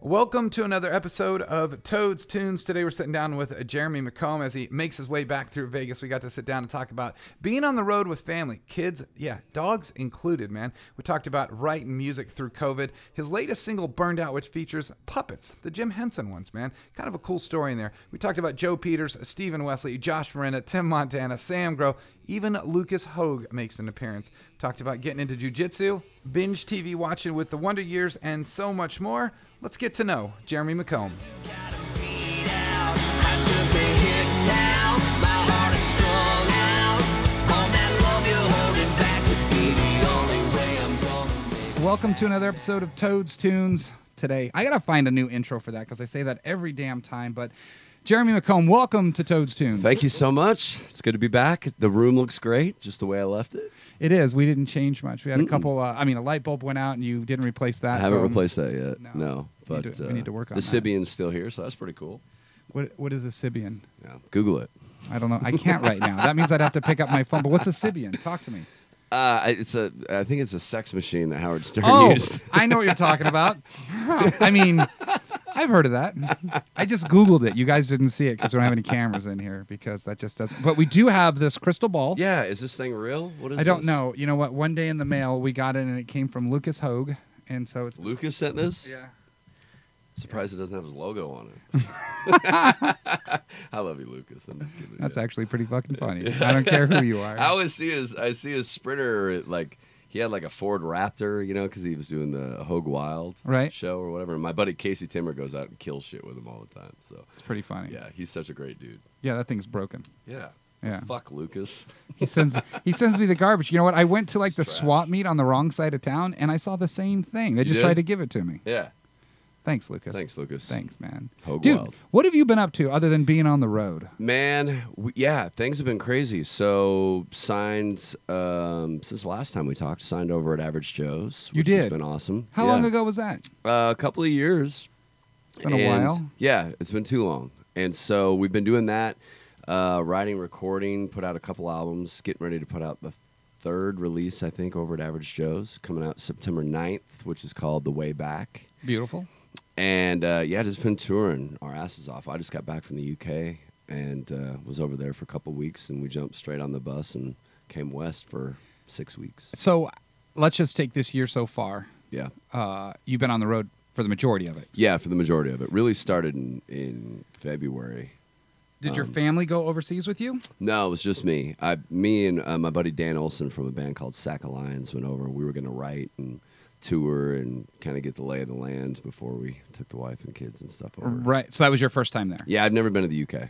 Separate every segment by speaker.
Speaker 1: welcome to another episode of Toad's Tunes. Today we're sitting down with Jeremy McComb as he makes his way back through Vegas. We got to sit down and talk about being on the road with family, kids, yeah, dogs included, man. We talked about writing music through COVID, his latest single, Burned Out, which features puppets, the Jim Henson ones, man. Kind of a cool story in there. We talked about Joe Peters, Stephen Wesley, Josh Marina, Tim Montana, Sam Grow, even Lucas Hogue makes an appearance. Talked about getting into jujitsu, binge TV watching with the Wonder Years, and so much more. Let's get to know Jeremy McComb. Welcome to another episode of Toad's Tunes today. I gotta find a new intro for that because I say that every damn time. But Jeremy McComb, welcome to Toad's Tunes.
Speaker 2: Thank you so much. It's good to be back. The room looks great, just the way I left it.
Speaker 1: It is. We didn't change much. We had a couple. Uh, I mean, a light bulb went out, and you didn't replace that.
Speaker 2: I haven't
Speaker 1: so, um,
Speaker 2: replaced that yet.
Speaker 1: no.
Speaker 2: No,
Speaker 1: We need
Speaker 2: but
Speaker 1: to- we
Speaker 2: uh,
Speaker 1: need to work on
Speaker 2: the
Speaker 1: that.
Speaker 2: Sibian's still here, so that's pretty cool.
Speaker 1: What What is a Sibian?
Speaker 2: Yeah, Google it.
Speaker 1: I don't know. I can't right now. That means I'd have to pick up my phone. But what's a Sibian? Talk to me.
Speaker 2: Uh, I- it's a. I think it's a sex machine that Howard Stern
Speaker 1: Oh,
Speaker 2: used.
Speaker 1: I know what you're talking about. Huh. I mean, I've heard of that. I just Googled it. You guys didn't see it because we don't have any cameras in here because that just doesn't. But we do have this crystal ball.
Speaker 2: Yeah, is this thing real? What is?
Speaker 1: I don't
Speaker 2: this?
Speaker 1: know. You know what? One day in the mail, we got it and it came from Lucas Hogue. And so it's.
Speaker 2: Lucas sent this.
Speaker 1: Yeah.
Speaker 2: Surprised it doesn't have his logo on it. I love you, Lucas. I'm just kidding.
Speaker 1: That's
Speaker 2: Yeah.
Speaker 1: actually pretty fucking funny. I don't care who you are.
Speaker 2: I always see his. I see his sprinter like. He had like a Ford Raptor, you know, because he was doing the Hogue Wild
Speaker 1: Right.
Speaker 2: show or whatever. And my buddy Casey Timmer goes out and kills shit with him all the time. So
Speaker 1: It's pretty funny.
Speaker 2: yeah, he's such a great dude.
Speaker 1: Yeah, that thing's broken.
Speaker 2: Yeah.
Speaker 1: Yeah.
Speaker 2: Fuck Lucas.
Speaker 1: He sends he sends me the garbage. You know what? I went to like the
Speaker 2: It's trash.
Speaker 1: swap meet on the wrong side of town and I saw the same thing. They
Speaker 2: You
Speaker 1: just
Speaker 2: did?
Speaker 1: tried to give it to me.
Speaker 2: Yeah.
Speaker 1: Thanks, Lucas.
Speaker 2: Thanks, Lucas.
Speaker 1: Thanks, man.
Speaker 2: Hog
Speaker 1: Dude,
Speaker 2: wild.
Speaker 1: what have you been up to other than being on the road?
Speaker 2: Man, we, yeah, things have been crazy. So signed um, since the last time we talked, signed over at Average Joe's.
Speaker 1: You
Speaker 2: Which
Speaker 1: did?
Speaker 2: Has been awesome.
Speaker 1: How
Speaker 2: Yeah.
Speaker 1: long ago was that?
Speaker 2: Uh, a couple of years.
Speaker 1: It's been a
Speaker 2: And-
Speaker 1: while.
Speaker 2: Yeah, it's been too long. And so we've been doing that, uh, writing, recording, put out a couple albums, getting ready to put out the third release, I think, over at Average Joe's, coming out September 9th, which is called The Way Back.
Speaker 1: Beautiful.
Speaker 2: And uh, yeah, just been touring our asses off. I just got back from the UK and uh, was over there for a couple weeks, and we jumped straight on the bus and came west for six weeks.
Speaker 1: So let's just take this year so far.
Speaker 2: Yeah,
Speaker 1: Uh, you've been on the road for the majority of it.
Speaker 2: yeah, for the majority of it. Really started in in February.
Speaker 1: Did your
Speaker 2: Um,
Speaker 1: family go overseas with you?
Speaker 2: No, it was just me. I, me and uh, my buddy Dan Olson from a band called Sack of Lions went over. We were going to write and tour and kind of get the lay of the land before we took the wife and kids and stuff over.
Speaker 1: Right. So that was your first time there.
Speaker 2: Yeah, I've never been to the UK.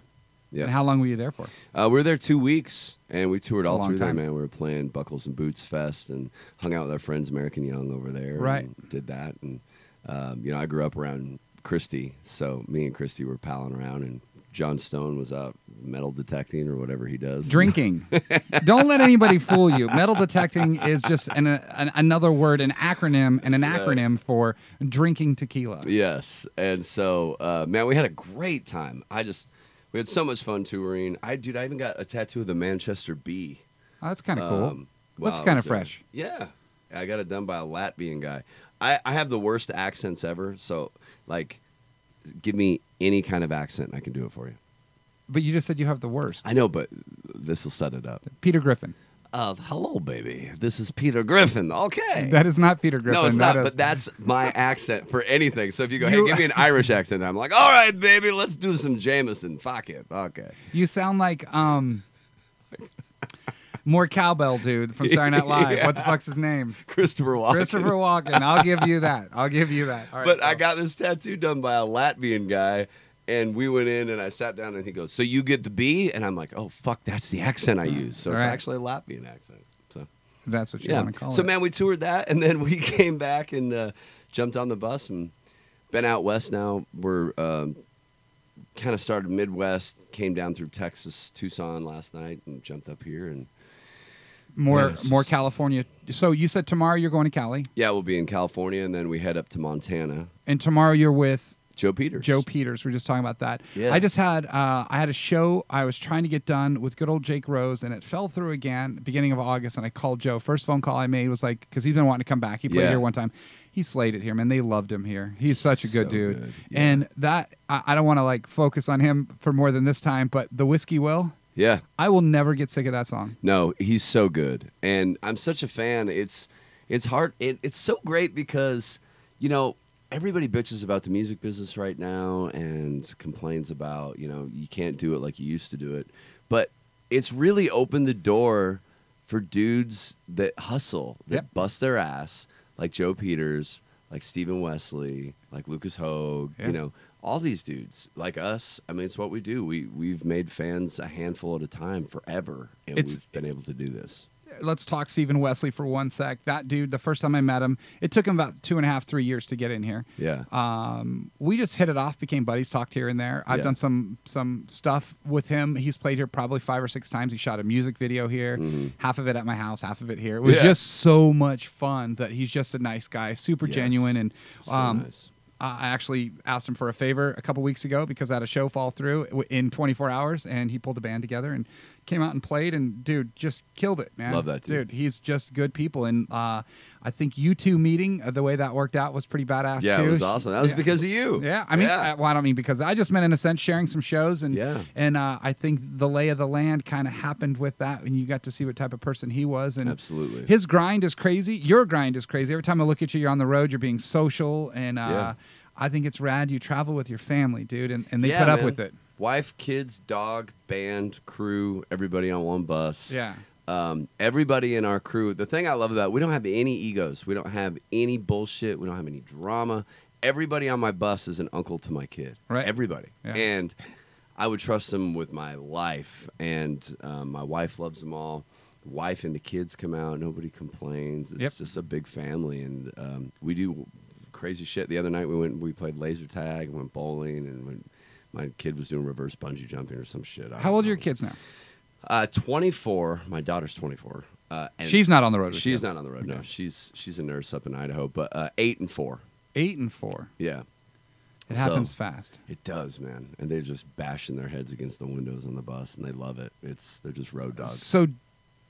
Speaker 2: Yeah.
Speaker 1: And how long were you there for?
Speaker 2: Uh, we were there two weeks, and we toured
Speaker 1: It's a
Speaker 2: all
Speaker 1: long
Speaker 2: through
Speaker 1: time.
Speaker 2: there, man. We were playing Buckles and Boots Fest and hung out with our friends American Young over there.
Speaker 1: Right.
Speaker 2: And did that. And, um, you know, I grew up around Christie, so me and Christie were palling around, and John Stone was out metal detecting or whatever he does.
Speaker 1: Drinking. Don't let anybody fool you. Metal detecting is just an, an, another word, an acronym, and an
Speaker 2: That's right.
Speaker 1: acronym for drinking tequila.
Speaker 2: Yes. And so, uh, man, we had a great time. I just, we had so much fun touring. I, dude, I even got a tattoo of the Manchester Bee.
Speaker 1: Oh, that's kind of cool.
Speaker 2: Um, while
Speaker 1: Looks
Speaker 2: I
Speaker 1: kind of
Speaker 2: was there.
Speaker 1: fresh.
Speaker 2: Yeah. I got it done by a Latvian guy. I, I have the worst accents ever. So, like, give me any kind of accent, I can do it for you.
Speaker 1: But you just said you have the worst.
Speaker 2: I know, but this will set it up.
Speaker 1: Peter Griffin.
Speaker 2: Uh, hello, baby. This is Peter Griffin. Okay.
Speaker 1: That is not Peter Griffin.
Speaker 2: no, it's not,
Speaker 1: that is-
Speaker 2: but that's my accent for anything. So if you go, hey,
Speaker 1: You-
Speaker 2: give me an Irish accent, I'm like, all right, baby, let's do some Jameson. Fuck it. Okay.
Speaker 1: you sound like um, more cowbell dude from Saturday Night Live. What the fuck's his name?
Speaker 2: Christopher Walken.
Speaker 1: Christopher Walken. I'll give you that. I'll give you that. All right,
Speaker 2: but I
Speaker 1: so-
Speaker 2: got this tattoo done by a Latvian guy, and we went in and I sat down and he goes, "So you get the B?" And I'm like, "Oh fuck, that's the accent I use." So it's
Speaker 1: Right.
Speaker 2: actually a Latvian accent. So
Speaker 1: That's what you
Speaker 2: yeah.
Speaker 1: want to call
Speaker 2: So
Speaker 1: it.
Speaker 2: man, we toured that, and then we came back and uh, jumped on the bus and been out west now. We're um, kind of started Midwest, came down through Texas, Tucson last night, and jumped up here and.
Speaker 1: more
Speaker 2: Yes.
Speaker 1: more California. So you said tomorrow you're going to Cali,
Speaker 2: Yeah, we'll be in California, and then we head up to Montana.
Speaker 1: and tomorrow you're with
Speaker 2: Joe Peters.
Speaker 1: Joe Peters. We are just talking about that.
Speaker 2: Yeah.
Speaker 1: I just had uh, I had a show I was trying to get done with good old Jake Rose, and it fell through again beginning of August. And I called Joe. First phone call I made was like because he's been wanting to come back. He played
Speaker 2: Yeah.
Speaker 1: here one time. He slayed it here, man. They loved him here. He's such a good
Speaker 2: So
Speaker 1: dude.
Speaker 2: good, yeah.
Speaker 1: And that I, I don't want to like focus on him for more than this time, but the whiskey will.
Speaker 2: Yeah.
Speaker 1: I will never get sick of that song.
Speaker 2: No, he's so good, and I'm such a fan. It's it's hard. It, it's so great because you know everybody bitches about the music business right now and complains about you know you can't do it like you used to do it, but it's really opened the door for dudes that hustle,
Speaker 1: Yep.
Speaker 2: that bust their ass, like Joe Peters, like Stephen Wesley, like Lucas Hogue,
Speaker 1: Yeah.
Speaker 2: you know, all these dudes like us. I mean, it's what we do. We we've made fans a handful at a time forever, and
Speaker 1: It's-
Speaker 2: we've been able to do this.
Speaker 1: let's talk Stephen Wesley for one sec. That dude, the first time I met him, it took him about two and a half, three years to get in here.
Speaker 2: Yeah,
Speaker 1: Um, we just hit it off, became buddies, talked here and there. I've
Speaker 2: Yeah.
Speaker 1: done some some stuff with him. He's played here probably five or six times. He shot a music video here, half of it at my house, half of it here. It was
Speaker 2: Mm-hmm. Yeah.
Speaker 1: just so much fun that he's just a nice guy, super
Speaker 2: Yes.
Speaker 1: genuine, and
Speaker 2: So
Speaker 1: um,
Speaker 2: nice.
Speaker 1: I I actually asked him for a favor a couple weeks ago because I had a show fall through w- in 24 hours, and he pulled a band together and came out and played, and dude, just killed it, man.
Speaker 2: Love that dude.
Speaker 1: he's just good people, and uh, I think you two meeting uh, the way that worked out was pretty badass
Speaker 2: yeah,
Speaker 1: too.
Speaker 2: it was awesome. That was
Speaker 1: Yeah.
Speaker 2: because of you.
Speaker 1: Yeah, I mean, uh,
Speaker 2: Yeah.
Speaker 1: I, well, I don't mean because I just meant in a sense sharing some shows and
Speaker 2: Yeah.
Speaker 1: and uh, I think the lay of the land kind of happened with that, and you got to see what type of person he was and
Speaker 2: Absolutely.
Speaker 1: his grind is crazy. Your grind is crazy. Every time I look at you, you're on the road. You're being social, and uh,
Speaker 2: Yeah.
Speaker 1: I think it's rad. You travel with your family, dude, and, and they
Speaker 2: Yeah,
Speaker 1: put up
Speaker 2: man.
Speaker 1: with it.
Speaker 2: Wife, kids, dog, band, crew, everybody on one bus.
Speaker 1: Yeah.
Speaker 2: um, everybody in our crew. The thing I love about we don't have any egos. We don't have any bullshit. We don't have any drama. Everybody on my bus is an uncle to my kid.
Speaker 1: Right.
Speaker 2: Everybody.
Speaker 1: Yeah.
Speaker 2: And I would trust them with my life. And um, my wife loves them all. Wife and the kids come out. Nobody complains. It's
Speaker 1: Yep.
Speaker 2: just a big family, and um, we do crazy shit. The other night we went. We played laser tag and went bowling, and went, my kid was doing reverse bungee jumping or some shit. I
Speaker 1: How
Speaker 2: don't
Speaker 1: old are your
Speaker 2: know.
Speaker 1: kids now?
Speaker 2: Uh, 24. My daughter's 24. Uh, and
Speaker 1: She's not on the road. With
Speaker 2: She's
Speaker 1: you.
Speaker 2: not on the road. No, she's she's a nurse up in Idaho. But uh, eight and four.
Speaker 1: Eight and four.
Speaker 2: Yeah,
Speaker 1: It
Speaker 2: So-
Speaker 1: happens fast.
Speaker 2: it does, man. And they're just bashing their heads against the windows on the bus, and they love it. It's they're just road dogs.
Speaker 1: So,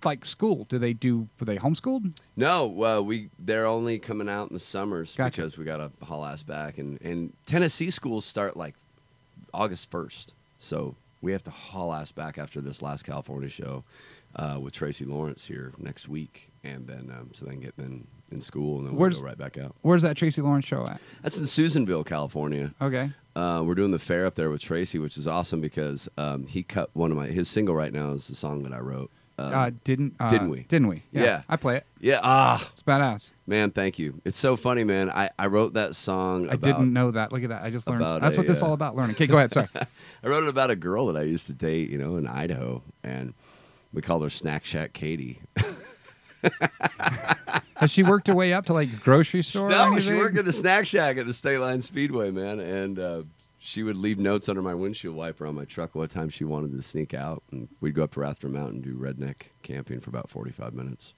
Speaker 1: like school, do they do? Were they homeschooled?
Speaker 2: No, uh, we they're only coming out in the summers
Speaker 1: Gotcha.
Speaker 2: because we got to haul ass back. And and Tennessee schools start like August first, so we have to haul ass back after this last California show uh, with Tracy Lawrence here next week, and then um, so then get them in school, and then we'll
Speaker 1: Where's-
Speaker 2: go right back out.
Speaker 1: Where's that Tracy Lawrence show at?
Speaker 2: That's in Susanville, California.
Speaker 1: Okay.
Speaker 2: Uh, we're doing the fair up there with Tracy, which is awesome because um, he cut one of my his single right now is the song that I wrote. Um,
Speaker 1: uh, didn't uh,
Speaker 2: didn't we?
Speaker 1: Didn't we?
Speaker 2: Yeah.
Speaker 1: I play it.
Speaker 2: yeah, ah,
Speaker 1: It's badass.
Speaker 2: man, thank you. It's so funny, man. I, I wrote that song.
Speaker 1: I
Speaker 2: About,
Speaker 1: didn't know that. Look at that. I just learned.
Speaker 2: about
Speaker 1: That's
Speaker 2: a,
Speaker 1: what this is
Speaker 2: uh,
Speaker 1: all about. Learning. Okay, go ahead. Sorry.
Speaker 2: I wrote it about a girl that I used to date, you know, in Idaho, and we called her Snack Shack Katie.
Speaker 1: Has she worked her way up to like grocery store? or
Speaker 2: no, she
Speaker 1: anything?
Speaker 2: worked at the Snack Shack at the State Line Speedway, man, and uh, she would leave notes under my windshield wiper on my truck what time she wanted to sneak out, and we'd go up to Rathrum Mountain and do redneck camping for about forty five minutes.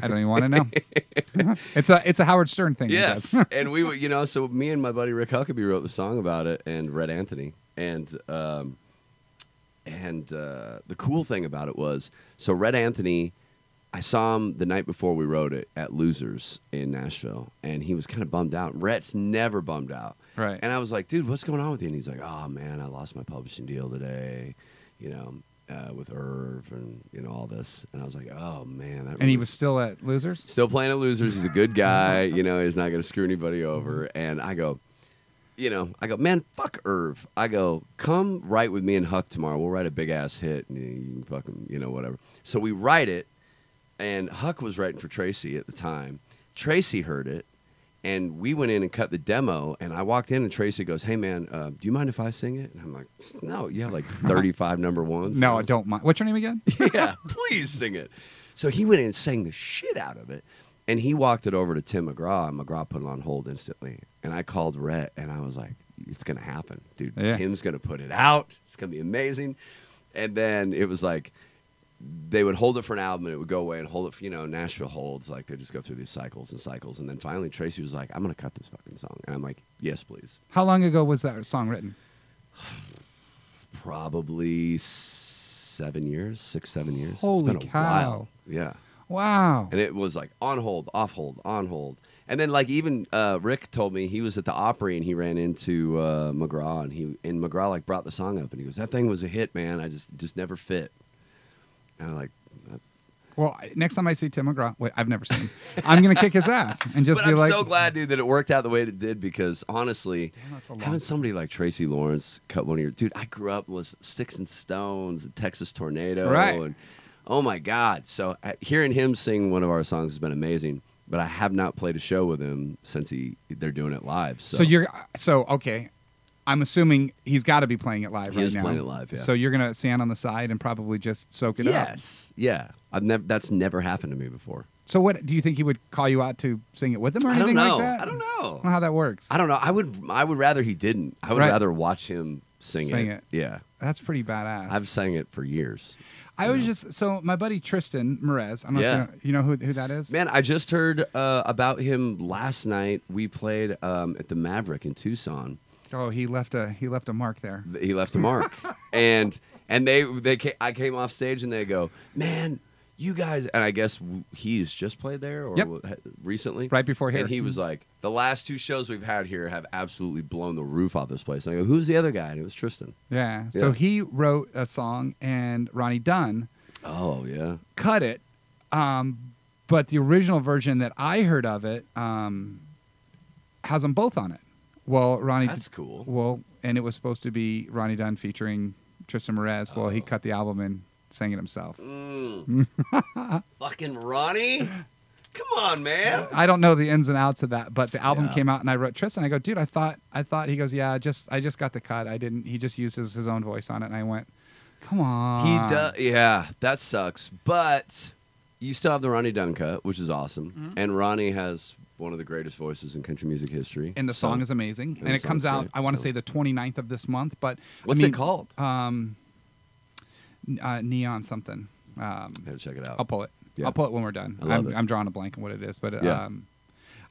Speaker 1: I don't even want to know. it's a it's a Howard Stern thing. I
Speaker 2: Yes,
Speaker 1: guess.
Speaker 2: and we were, you know, so me and my buddy Rick Huckabee wrote the song about it, and Red Anthony, and um, and uh, the cool thing about it was, so Red Anthony, I saw him the night before we wrote it at Losers in Nashville, and he was kind of bummed out. Rhett's never bummed out,
Speaker 1: Right.
Speaker 2: And I was like, dude, what's going on with you? And he's like, oh man, I lost my publishing deal today, you know. Uh, with Irv and you know all this, and I was like, "Oh man!" That
Speaker 1: and he
Speaker 2: really
Speaker 1: was still at Losers.
Speaker 2: still playing at losers. He's a good guy. you know, he's not going to screw anybody over. And I go, you know, I go, man, fuck Irv. I go, come write with me and Huck tomorrow. We'll write a big ass hit and you can fucking, you know, whatever. So we write it, and Huck was writing for Tracy at the time. Tracy heard it, and we went in and cut the demo. And I walked in, and Tracy goes, hey, man, uh, do you mind if I sing it? And I'm like, no, you have like 35 number ones.
Speaker 1: No, I don't mind. What's your name again?
Speaker 2: yeah, please sing it. So he went in and sang the shit out of it. And he walked it over to Tim McGraw, and McGraw put it on hold instantly. And I called Rhett, and I was like, it's going to happen. Dude,
Speaker 1: Yeah.
Speaker 2: Tim's going to put it out. It's going to be amazing. And then it was like, they would hold it for an album and it would go away and hold it for you know Nashville holds like they just go through these cycles and cycles and then finally Tracy was like I'm gonna cut this fucking song and I'm like yes please
Speaker 1: How long ago was that song written?
Speaker 2: probably seven years six seven years
Speaker 1: Holy
Speaker 2: it's been a
Speaker 1: cow.
Speaker 2: while yeah
Speaker 1: Wow.
Speaker 2: and it was like on hold off hold on hold and then like even uh, Rick told me he was at the Opry and he ran into uh, McGraw and he and McGraw like brought the song up and he goes that thing was a hit man I just it just never fit and I'm like
Speaker 1: Well, I- next time I see Tim McGraw, wait, I've never seen him. I'm gonna kick his ass and just
Speaker 2: but
Speaker 1: be
Speaker 2: I'm
Speaker 1: like,
Speaker 2: so glad, dude, that it worked out the way it did because honestly,
Speaker 1: that's a long
Speaker 2: having
Speaker 1: time.
Speaker 2: somebody like Tracy Lawrence cut one of your dude, I grew up with Sticks and Stones and Texas Tornado,
Speaker 1: Right.
Speaker 2: And oh my God! So uh, hearing him sing one of our songs has been amazing. But I have not played a show with him since he they're doing it live. So,
Speaker 1: So you're so okay. I'm assuming he's got to be playing it live
Speaker 2: He
Speaker 1: right
Speaker 2: is
Speaker 1: now.
Speaker 2: playing it live, yeah.
Speaker 1: So you're gonna stand on the side and probably just soak it up.
Speaker 2: yes, yeah. I've never that's never happened to me before.
Speaker 1: So what do you think he would call you out to sing it with him or
Speaker 2: I don't
Speaker 1: anything
Speaker 2: know.
Speaker 1: like that?
Speaker 2: I don't know.
Speaker 1: how that works.
Speaker 2: I don't know. I would I would rather he didn't. I would
Speaker 1: Right.
Speaker 2: rather watch him sing,
Speaker 1: Sing
Speaker 2: it.
Speaker 1: it.
Speaker 2: Yeah,
Speaker 1: That's pretty badass.
Speaker 2: I've sang it for years.
Speaker 1: I was just so my buddy Tristan Merez. I don't
Speaker 2: Yeah.
Speaker 1: know if you know, you know who who that is.
Speaker 2: Man, I just heard uh, about him last night. We played um, at the Maverick in Tucson.
Speaker 1: Oh, he left a he left a mark there.
Speaker 2: He left a mark, and and they they ca I came off stage and they go, man, you guys. And I guess w- he's just played there or
Speaker 1: Yep.
Speaker 2: w- ha- recently,
Speaker 1: Right before here. Mm-hmm.
Speaker 2: And he was like, the last two shows we've had here have absolutely blown the roof off this place. And I go, who's the other guy? And it was Tristan.
Speaker 1: Yeah. So
Speaker 2: Yeah.
Speaker 1: he wrote a song and Ronnie Dunn
Speaker 2: Oh yeah,
Speaker 1: cut it. Um, but the original version that I heard of it um, has them both on it. Well, Ronnie.
Speaker 2: that's cool.
Speaker 1: Well, and it was supposed to be Ronnie Dunn featuring Tristan Merez. Well,
Speaker 2: Oh.
Speaker 1: he cut the album and sang it himself.
Speaker 2: Mm. Fucking Ronnie, come on, man.
Speaker 1: I don't know the ins and outs of that, but the album
Speaker 2: Yeah.
Speaker 1: came out and I wrote Tristan. I go, dude, I thought, I thought. He goes, yeah, I just, I just got the cut. I didn't. He just used his, his own voice on it, and I went, come on.
Speaker 2: He does. Yeah, that sucks. But you still have the Ronnie Dunn cut, which is awesome.
Speaker 1: Mm-hmm.
Speaker 2: And Ronnie has one of the greatest voices in country music history.
Speaker 1: And the song
Speaker 2: So-
Speaker 1: is amazing,
Speaker 2: And
Speaker 1: and
Speaker 2: the
Speaker 1: it comes
Speaker 2: song's
Speaker 1: out.
Speaker 2: great.
Speaker 1: I want to
Speaker 2: So-
Speaker 1: say the 29th of this month, but I
Speaker 2: What's
Speaker 1: mean,
Speaker 2: it called?
Speaker 1: um, n- uh, neon something. Um,
Speaker 2: Gotta check it out.
Speaker 1: I'll pull it.
Speaker 2: Yeah.
Speaker 1: I'll pull it when we're done.
Speaker 2: I love
Speaker 1: I'm,
Speaker 2: it.
Speaker 1: I'm drawing a blank on what it is, but
Speaker 2: Yeah.
Speaker 1: um,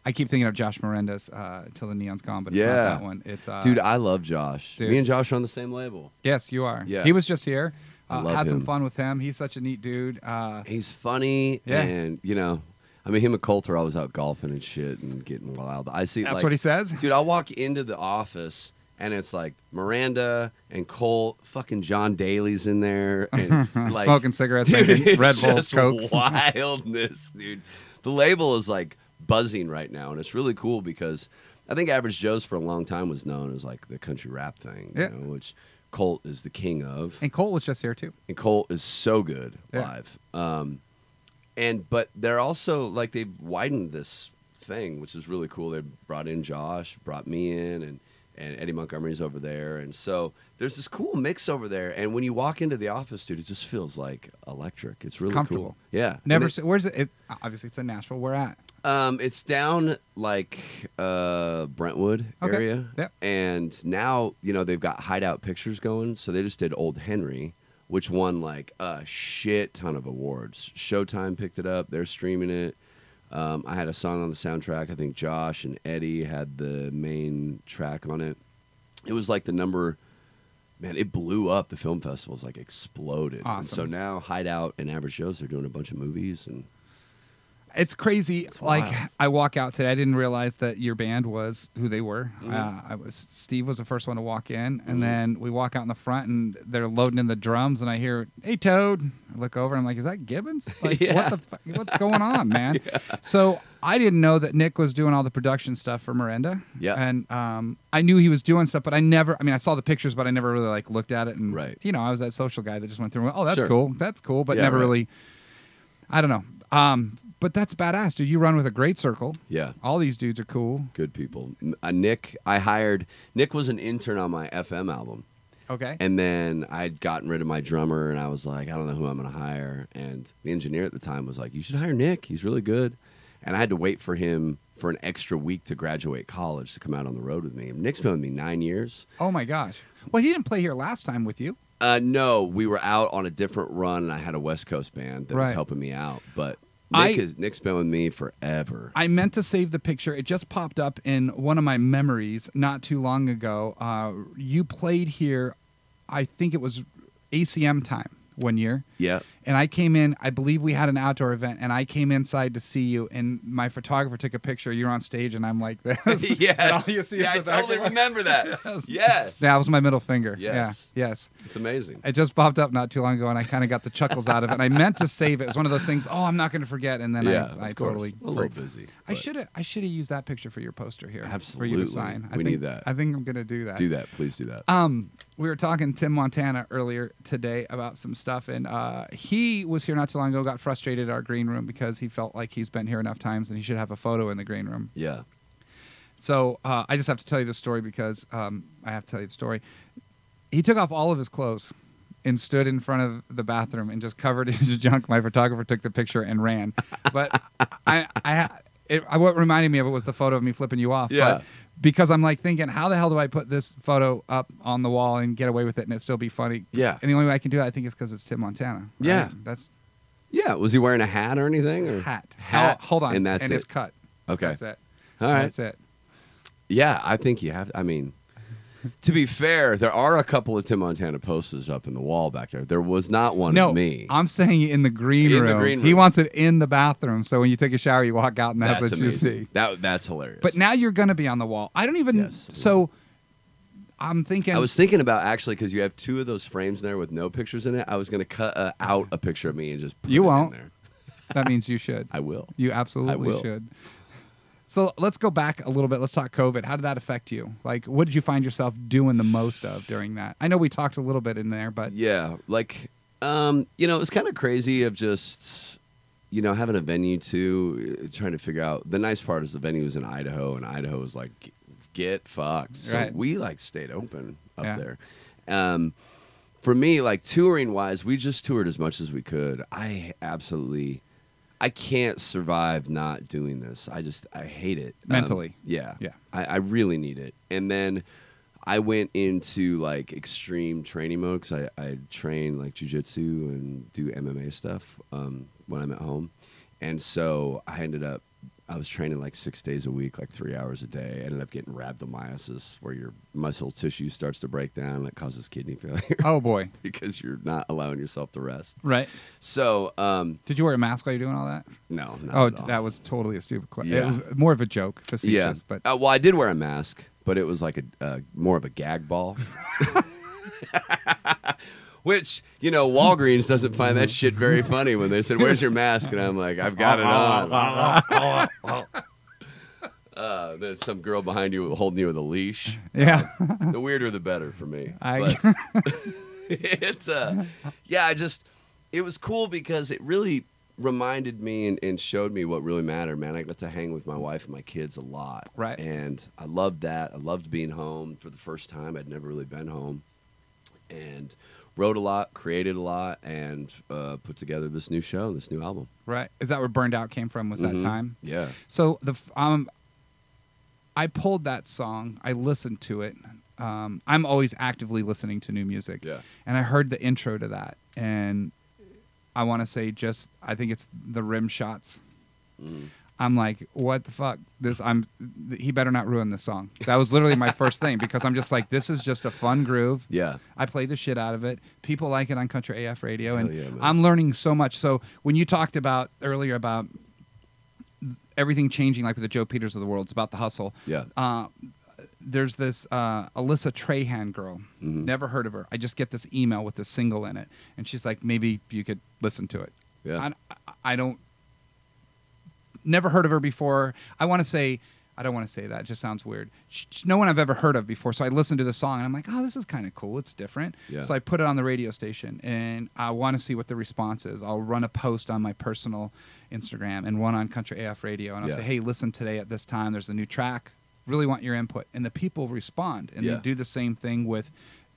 Speaker 1: I keep thinking of Josh Miranda's uh, "Till the Neon's Gone," but it's
Speaker 2: Yeah.
Speaker 1: not that one. It's uh,
Speaker 2: dude, I love Josh.
Speaker 1: dude.
Speaker 2: Me and Josh are on the same label.
Speaker 1: yes, you are.
Speaker 2: Yeah.
Speaker 1: he was just here.
Speaker 2: I
Speaker 1: Uh,
Speaker 2: love
Speaker 1: had
Speaker 2: him.
Speaker 1: some fun with him. He's such a neat dude. Uh,
Speaker 2: He's funny,
Speaker 1: Yeah.
Speaker 2: and you know, I mean, him and Coulter always out golfing and shit and getting wild. I see.
Speaker 1: that's
Speaker 2: like,
Speaker 1: what he says.
Speaker 2: dude. I'll walk into the office and it's like Miranda and Cole, fucking John Daly's in there, and like,
Speaker 1: Smoking cigarettes,
Speaker 2: Dude,
Speaker 1: drinking
Speaker 2: it's
Speaker 1: Red Bull,
Speaker 2: just
Speaker 1: Cokes.
Speaker 2: wildness, dude. The label is like buzzing right now, and it's really cool because I think Average Joe's for a long time was known as like the country rap thing,
Speaker 1: Yeah.
Speaker 2: you know, which Colt is the king of,
Speaker 1: And Cole was just here too.
Speaker 2: and Colt is so good
Speaker 1: Yeah.
Speaker 2: live. Um, and but they're also like they've widened this thing, which is really cool. They brought in Josh, brought me in, and and Eddie Montgomery's over there, and so there's this cool mix over there. And when you walk into the office, dude, it just feels like electric. It's really cool.
Speaker 1: comfortable.
Speaker 2: Yeah,
Speaker 1: Never.
Speaker 2: And
Speaker 1: se- where's it, it? Obviously, it's in Nashville. We're at.
Speaker 2: it- um, it's down like uh Brentwood
Speaker 1: Okay.
Speaker 2: area.
Speaker 1: Yep.
Speaker 2: And now you know they've got hideout pictures going, so they just did Old Henry. Which won like a shit ton of awards. Showtime picked it up. They're streaming it. Um, I had a song on the soundtrack. I think Josh and Eddie had the main track on it. It was like the number, man, it blew up. The film festivals like exploded. And
Speaker 1: Awesome.
Speaker 2: so now Hideout and Average Joe's, they're doing a bunch of movies. And
Speaker 1: It's crazy. like
Speaker 2: wild.
Speaker 1: I walk out today, I didn't realize that your band was who they were.
Speaker 2: Mm-hmm.
Speaker 1: Uh, I was Steve was the first one to walk in, and then we walk out in the front, and they're loading in the drums, and I hear, "Hey Toad!" I look over, and I'm like, "Is that Gibbons? Like,
Speaker 2: Yeah.
Speaker 1: what the fuck? What's going on, man?" So I didn't know that Nick was doing all the production stuff for Miranda.
Speaker 2: Yeah.
Speaker 1: and um, I knew he was doing stuff, but I never. I mean, I saw the pictures, but I never really like looked at it. And
Speaker 2: Right.
Speaker 1: you know, I was that social guy that just went through. And went, oh, that's
Speaker 2: Sure.
Speaker 1: cool. That's cool, but
Speaker 2: Yeah,
Speaker 1: never
Speaker 2: right.
Speaker 1: really. I don't know. Um, but that's badass, dude. You run with a great circle.
Speaker 2: yeah,
Speaker 1: All these dudes are cool.
Speaker 2: good people. M- Uh, Nick, I hired, Nick was an intern on my FM album.
Speaker 1: Okay.
Speaker 2: And then I'd gotten rid of my drummer, and I was like, I don't know who I'm going to hire. And the engineer at the time was like, You should hire Nick. He's really good. And I had to wait for him for an extra week to graduate college to come out on the road with me. Nick's been with me nine years.
Speaker 1: oh my gosh. Well, he didn't play here last time with you.
Speaker 2: Uh, no, we were out on a different run, and I had a West Coast band that was
Speaker 1: Right.
Speaker 2: helping me out. But Nick
Speaker 1: I-
Speaker 2: is, Nick's been with me forever.
Speaker 1: I meant to save the picture. It just popped up in one of my memories not too long ago. Uh, you played here, I think it was ACM time one year.
Speaker 2: yeah,
Speaker 1: And I came in, I believe we had an outdoor event, and I came inside to see you, and my photographer took a picture. You're on stage, and I'm like this. And all you see is the back of my-
Speaker 2: remember that.
Speaker 1: Yes.
Speaker 2: Yes,
Speaker 1: That was my middle finger.
Speaker 2: Yes.
Speaker 1: Yeah. Yes.
Speaker 2: it's amazing.
Speaker 1: It just popped up not too long ago, and I kind of got the chuckles out of it. And I meant to save it. It was one of those things. Oh, I'm not going to forget, and then
Speaker 2: yeah,
Speaker 1: I, I
Speaker 2: of course.
Speaker 1: totally.
Speaker 2: a little busy.
Speaker 1: I
Speaker 2: but
Speaker 1: should have. I should have used that picture for your poster here. For you
Speaker 2: Absolutely.
Speaker 1: to sign. I
Speaker 2: We
Speaker 1: think,
Speaker 2: need that.
Speaker 1: I think I'm going to do that.
Speaker 2: do that. Please do that.
Speaker 1: Um, we were talking to Tim Montana earlier today about some stuff, and uh, he was here not too long ago. Got frustrated at our green room because he felt like he's been here enough times and he should have a photo in the green room.
Speaker 2: yeah,
Speaker 1: So uh, I just have to tell you the story because um, I have to tell you the story. He took off all of his clothes and stood in front of the bathroom and just covered his junk. My photographer took the picture and ran. But I, I, it, I, what reminded me of it was the photo of me flipping you off.
Speaker 2: Yeah.
Speaker 1: But because I'm like thinking, how the hell do I put this photo up on the wall and get away with it and it still be funny?
Speaker 2: Yeah.
Speaker 1: And the only way I can do that, I think, is because it's Tim Montana. right?
Speaker 2: Yeah.
Speaker 1: That's
Speaker 2: yeah. Was he wearing a hat or anything? Or
Speaker 1: hat.
Speaker 2: Hat.
Speaker 1: Oh, hold on.
Speaker 2: And that's
Speaker 1: and
Speaker 2: it.
Speaker 1: it's cut.
Speaker 2: Okay.
Speaker 1: That's it.
Speaker 2: All right.
Speaker 1: That's it.
Speaker 2: Yeah, I think you have. I mean, to be fair, there are a couple of Tim Montana posters up in the wall back there. There was not one
Speaker 1: no,
Speaker 2: of me.
Speaker 1: I'm saying in the green
Speaker 2: In the
Speaker 1: room.
Speaker 2: green
Speaker 1: He
Speaker 2: room.
Speaker 1: wants it in the bathroom. So when you take a shower, you walk out, and that's, what
Speaker 2: amazing.
Speaker 1: you see.
Speaker 2: That that's hilarious.
Speaker 1: But now you're gonna be on the wall. I don't even.
Speaker 2: Yes.
Speaker 1: so I'm thinking.
Speaker 2: I was thinking about actually because you have two of those frames there with no pictures in it. I was going to cut uh, out a picture of me and just put
Speaker 1: You
Speaker 2: it in
Speaker 1: won't.
Speaker 2: there.
Speaker 1: that means you should.
Speaker 2: I will.
Speaker 1: you absolutely
Speaker 2: will.
Speaker 1: should. So let's go back a little bit. Let's talk COVID. How did that affect you? Like, what did you find yourself doing the most of during that? I know we talked a little bit in there, but
Speaker 2: Yeah, like um, you know, it was kind of crazy of just you know having a venue too, uh, trying to figure out. The nice part is the venue was in Idaho, and Idaho was like g- get fucked. So
Speaker 1: Right.
Speaker 2: we like stayed open up
Speaker 1: Yeah.
Speaker 2: there. Um, for me, like touring wise, we just toured as much as we could. I absolutely. I can't survive not doing this. I just I hate it Um,
Speaker 1: Mentally.
Speaker 2: yeah,
Speaker 1: Yeah.
Speaker 2: I, I really need it. And then I went into like extreme training mode because I, I train like jujitsu and do MMA stuff um, when I'm at home. And so I ended up, I was training like six days a week, like three hours a day. I ended up getting rhabdomyosis where your muscle tissue starts to break down and it causes kidney failure
Speaker 1: oh boy,
Speaker 2: because you're not allowing yourself to rest.
Speaker 1: right?
Speaker 2: So, um,
Speaker 1: Did you wear a mask while you're doing all that?
Speaker 2: no, not
Speaker 1: oh,
Speaker 2: at all.
Speaker 1: that was totally a stupid question.
Speaker 2: Yeah.
Speaker 1: more of a joke, facetious, but
Speaker 2: uh, well, I did wear a mask, but it was like a uh, more of a gag ball. Which you know, Walgreens doesn't find that shit very funny when they said, "Where's your mask?" and I'm like, "I've got it on." Uh, there's some girl behind you holding you with a leash.
Speaker 1: yeah.
Speaker 2: The weirder, the better for me.
Speaker 1: I-
Speaker 2: But- it's uh yeah i just it was cool because it really reminded me and, and showed me what really mattered man i got to hang with my wife and my kids a lot
Speaker 1: Right.
Speaker 2: and i loved that i loved being home for the first time i'd never really been home and wrote a lot created a lot and uh, put together this new show this new album
Speaker 1: Right. Is that where Burned Out came from? Was
Speaker 2: Mhm.
Speaker 1: that time?
Speaker 2: yeah
Speaker 1: So the f- um, I pulled that song. I listened to it. Um, I'm always actively listening to new music.
Speaker 2: Yeah.
Speaker 1: And I heard the intro to that, and I want to say just I think it's the rim shots.
Speaker 2: Mhm.
Speaker 1: I'm like, what the fuck? This I'm. th- He better not ruin this song. That was literally my first thing because I'm just like, this is just a fun groove.
Speaker 2: yeah
Speaker 1: I play the shit out of it. People like it on country AF radio, and
Speaker 2: Hell yeah, man.
Speaker 1: I'm learning so much. So when you talked about earlier about everything changing, like with the Joe Peters of the world, it's about the hustle.
Speaker 2: yeah
Speaker 1: Uh, there's this uh, Alyssa Trahan girl.
Speaker 2: Mhm.
Speaker 1: Never heard of her. I just get this email with this single in it, and she's like, maybe you could listen to it.
Speaker 2: yeah
Speaker 1: I, I don't. Never heard of her before. I want to say. I don't want to say that. It just sounds weird. Sh sh- no one I've ever heard of before. So I listened to the song and I'm like, oh, this is kind of cool. It's different.
Speaker 2: Yeah.
Speaker 1: So I put it on the radio station and I want to see what the response is. I'll run a post on my personal Instagram and one on Country AF Radio. And I'll
Speaker 2: Yeah.
Speaker 1: say, hey, listen today at this time. There's a new track. Really want your input. And the people respond and
Speaker 2: Yeah.
Speaker 1: they do the same thing with